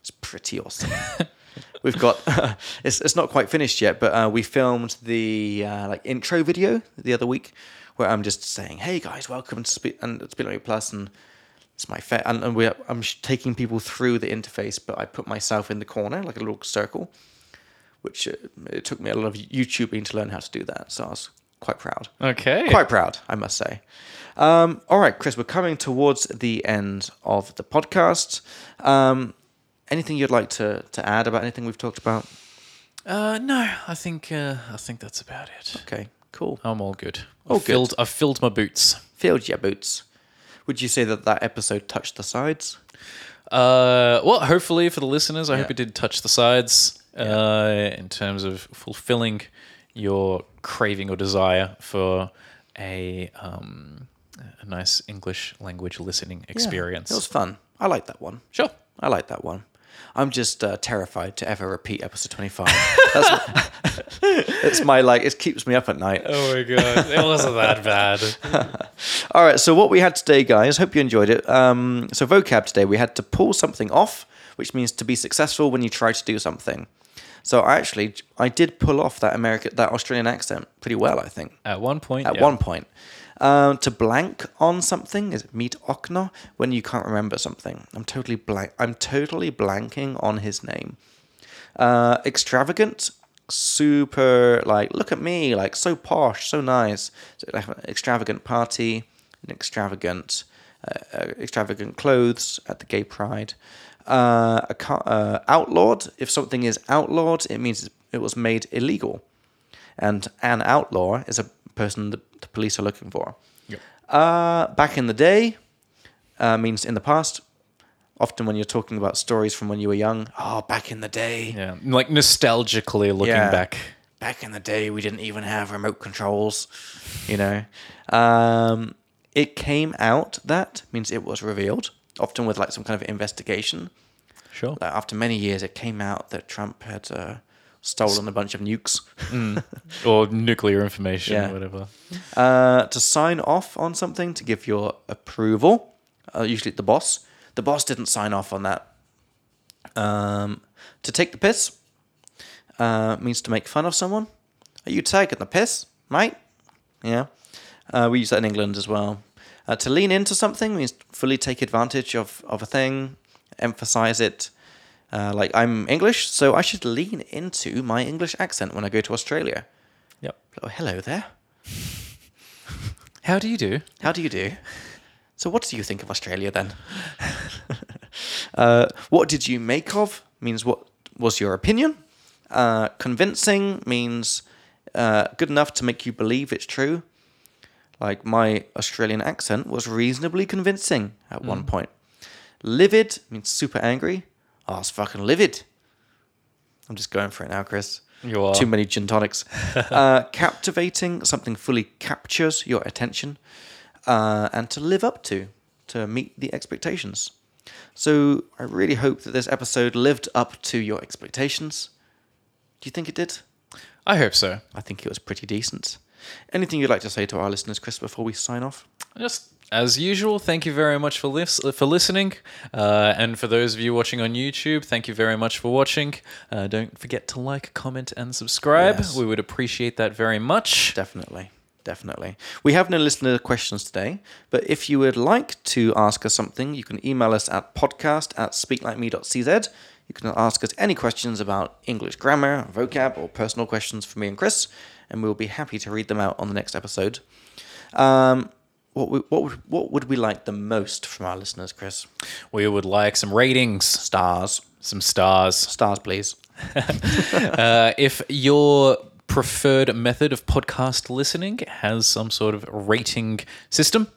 It's pretty awesome. [laughs] We've got [laughs] it's it's not quite finished yet, but uh, we filmed the uh, like intro video the other week where I'm just saying, "Hey guys, welcome to Spe- and it's Speedlight Plus," and it's my fa- and, and we I'm sh- taking people through the interface, but I put myself in the corner like a little circle, which uh, it took me a lot of YouTubing to learn how to do that. So I was quite proud Okay. quite proud, I must say. Um, all right, Chris, we're coming towards the end of the podcast. Um, anything you'd like to, to add about anything we've talked about? Uh, no, I think uh, I think that's about it. Okay, Cool. I'm all good. All I've good. filled, I've filled my boots. Field your boots. Would you say that that episode touched the sides? Uh, well, hopefully for the listeners, I hope Yeah. it did touch the sides uh, in terms of fulfilling your craving or desire for a um, a nice English language listening experience. It was fun. I like that one. sure. I like that one. I'm just uh, terrified to ever repeat episode 25. That's [laughs] it's my like. It keeps me up at night. Oh my god, it wasn't that bad. [laughs] All right, so what we had today, guys, hope you enjoyed it. Um, so, vocab today, we had to pull something off, which means to be successful when you try to do something. So, I actually, I did pull off that American, that Australian accent pretty well, I think, [laughs] At one point, at yeah. one point. Um, to blank on something is meet Okna when you can't remember something. I'm totally blank. I'm totally blanking on his name. Uh, extravagant, super like look at me, like so posh, so nice. So, like, an extravagant party, an extravagant, uh, uh, extravagant clothes at the gay pride. Uh, a ca- uh, outlawed. If something is outlawed, it means it was made illegal, and an outlaw is a person that the police are looking for. Yep. Uh, back in the day uh, means in the past. Often when you're talking about stories from when you were young, oh, back in the day, Yeah, like nostalgically looking Yeah. back. back in the day, we didn't even have remote controls, you know. Um, it came out that means it was revealed, often with like some kind of investigation. Sure. Like after many years, it came out that Trump had uh, stolen a bunch of nukes. Mm. [laughs] Or nuclear information Yeah. or whatever. Uh, to sign off on something to give your approval, uh, usually the boss. The boss didn't sign off on that. Um, to take the piss uh, means to make fun of someone. Are you taking the piss, mate? Yeah. Uh, we use that in England as well. Uh, to lean into something means fully take advantage of, of a thing, emphasize it. Uh, like, I'm English, so I should lean into my English accent when I go to Australia. Yep. Oh, hello there. How do you do? How do you do? So, what do you think of Australia then? uh, what did you make of means what was your opinion? Uh, convincing means uh, good enough to make you believe it's true. Like my Australian accent was reasonably convincing at one point. Livid means super angry. Oh, I was fucking livid. I'm just going for it now, Chris. You are. Too many gin tonics. uh, captivating, something fully captures your attention, uh, and to live up to, to meet the expectations. So I really hope that this episode lived up to your expectations. Do you think it did? I hope so. I think it was pretty decent. Anything you'd like to say to our listeners, Chris, before we sign off? Just as usual, thank you very much for lis- for listening, uh, and for those of you watching on YouTube, thank you very much for watching. Uh, don't forget to like, comment, and subscribe. Yes. We would appreciate that very much. Definitely. Definitely. We have no listener questions today, but if you would like to ask us something, you can email us at podcast at speaklikeme.cz. You can ask us any questions about English grammar, vocab, or personal questions for me and Chris, and we'll be happy to read them out on the next episode. Um, what, we, what, would, what would we like the most from our listeners, Chris? We would like some ratings, Stars. [laughs] some stars. Stars, please. Uh, if your preferred method of podcast listening has some sort of rating system,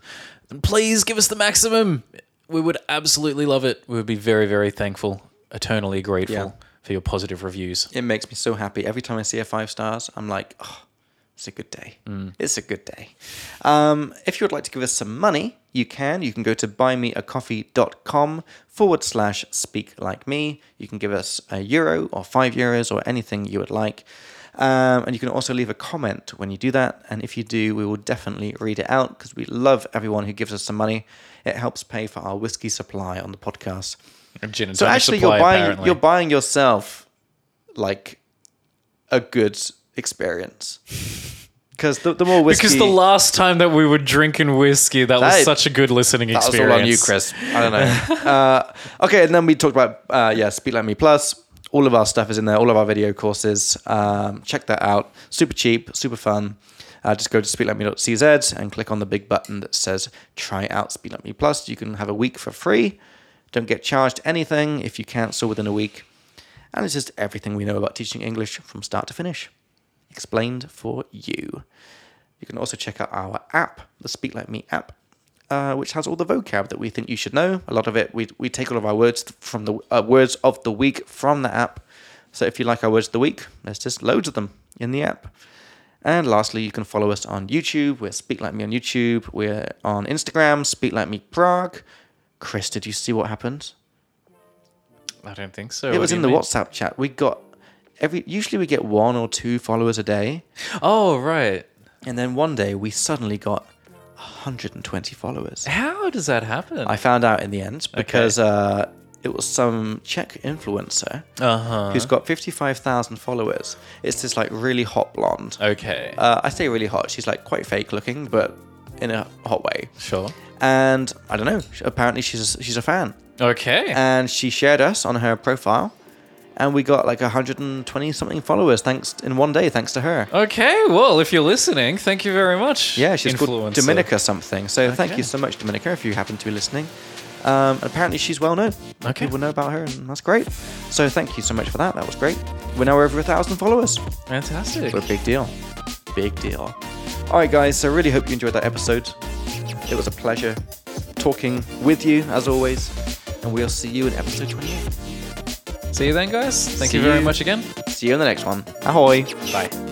then please give us the maximum. We would absolutely love it. We would be very, very thankful, eternally grateful Yeah. for your positive reviews. It makes me so happy. Every time I see a five stars, I'm like, oh, it's a good day. It's a good day. Um, if you would like to give us some money, you can. You can go to buymeacoffee.com forward slash speak like me. You can give us a euro or five euros or anything you would like. Um, and you can also leave a comment when you do that. And if you do, we will definitely read it out because we love everyone who gives us some money. It helps pay for our whiskey supply on the podcast. Gin and So tonic actually, supply, you're buying apparently. you're buying yourself like a good experience because the, the more whiskey because the last time that we were drinking whiskey, that, That- was such a good listening that was experience. all on you, Chris. I don't know. uh, okay, and then we talked about uh, yeah, Speak Like Me Plus. All of our stuff is in there. All of our video courses. Um, check that out. Super cheap, super fun. Uh, just go to speaklikeme.cz and click on the big button that says "Try out Speak Like Me Plus." You can have a week for free. Don't get charged anything if you cancel within a week. And it's just everything we know about teaching English from start to finish. explained for you. You can also check out our app, the Speak Like Me app, uh, which has all the vocab that we think you should know. A lot of it, we, we take all of our words from the uh, words of the week from the app. So if you like our words of the week, there's just loads of them in the app. And lastly, you can follow us on YouTube. We're Speak Like Me on YouTube. We're on Instagram, Speak Like Me Prague. Chris, did you see what happened? I don't think so. it Oh, What was do in you the mean? WhatsApp chat. We got every. Usually we get one or two followers a day, Oh right. and then one day we suddenly got 120 followers. How does that happen? I found out in the end because uh, it was some Czech influencer uh huh. who's got 55,000 followers. It's this like really hot blonde. Okay. Uh, I say really hot. She's like quite fake looking, but in a hot way. sure. And I don't know. Apparently she's she's a fan, Okay. and she shared us on her profile, and we got like 120 something followers thanks in one day thanks to her. okay. Well, if you're listening, thank you very much. Yeah, she's called influencer. Dominica something. So thank Okay. you so much, Dominica, if you happen to be listening. Um, apparently, she's well known. Okay. People know about her, and that's great. So thank you so much for that. That was great. We're now over a thousand followers. Fantastic. What a big deal. Big deal. All right, guys. So really hope you enjoyed that episode. It was a pleasure talking with you as always, and we'll see you in episode 28. See you then, guys. Thank See you very you. much again. See you in the next one. Ahoy. Bye.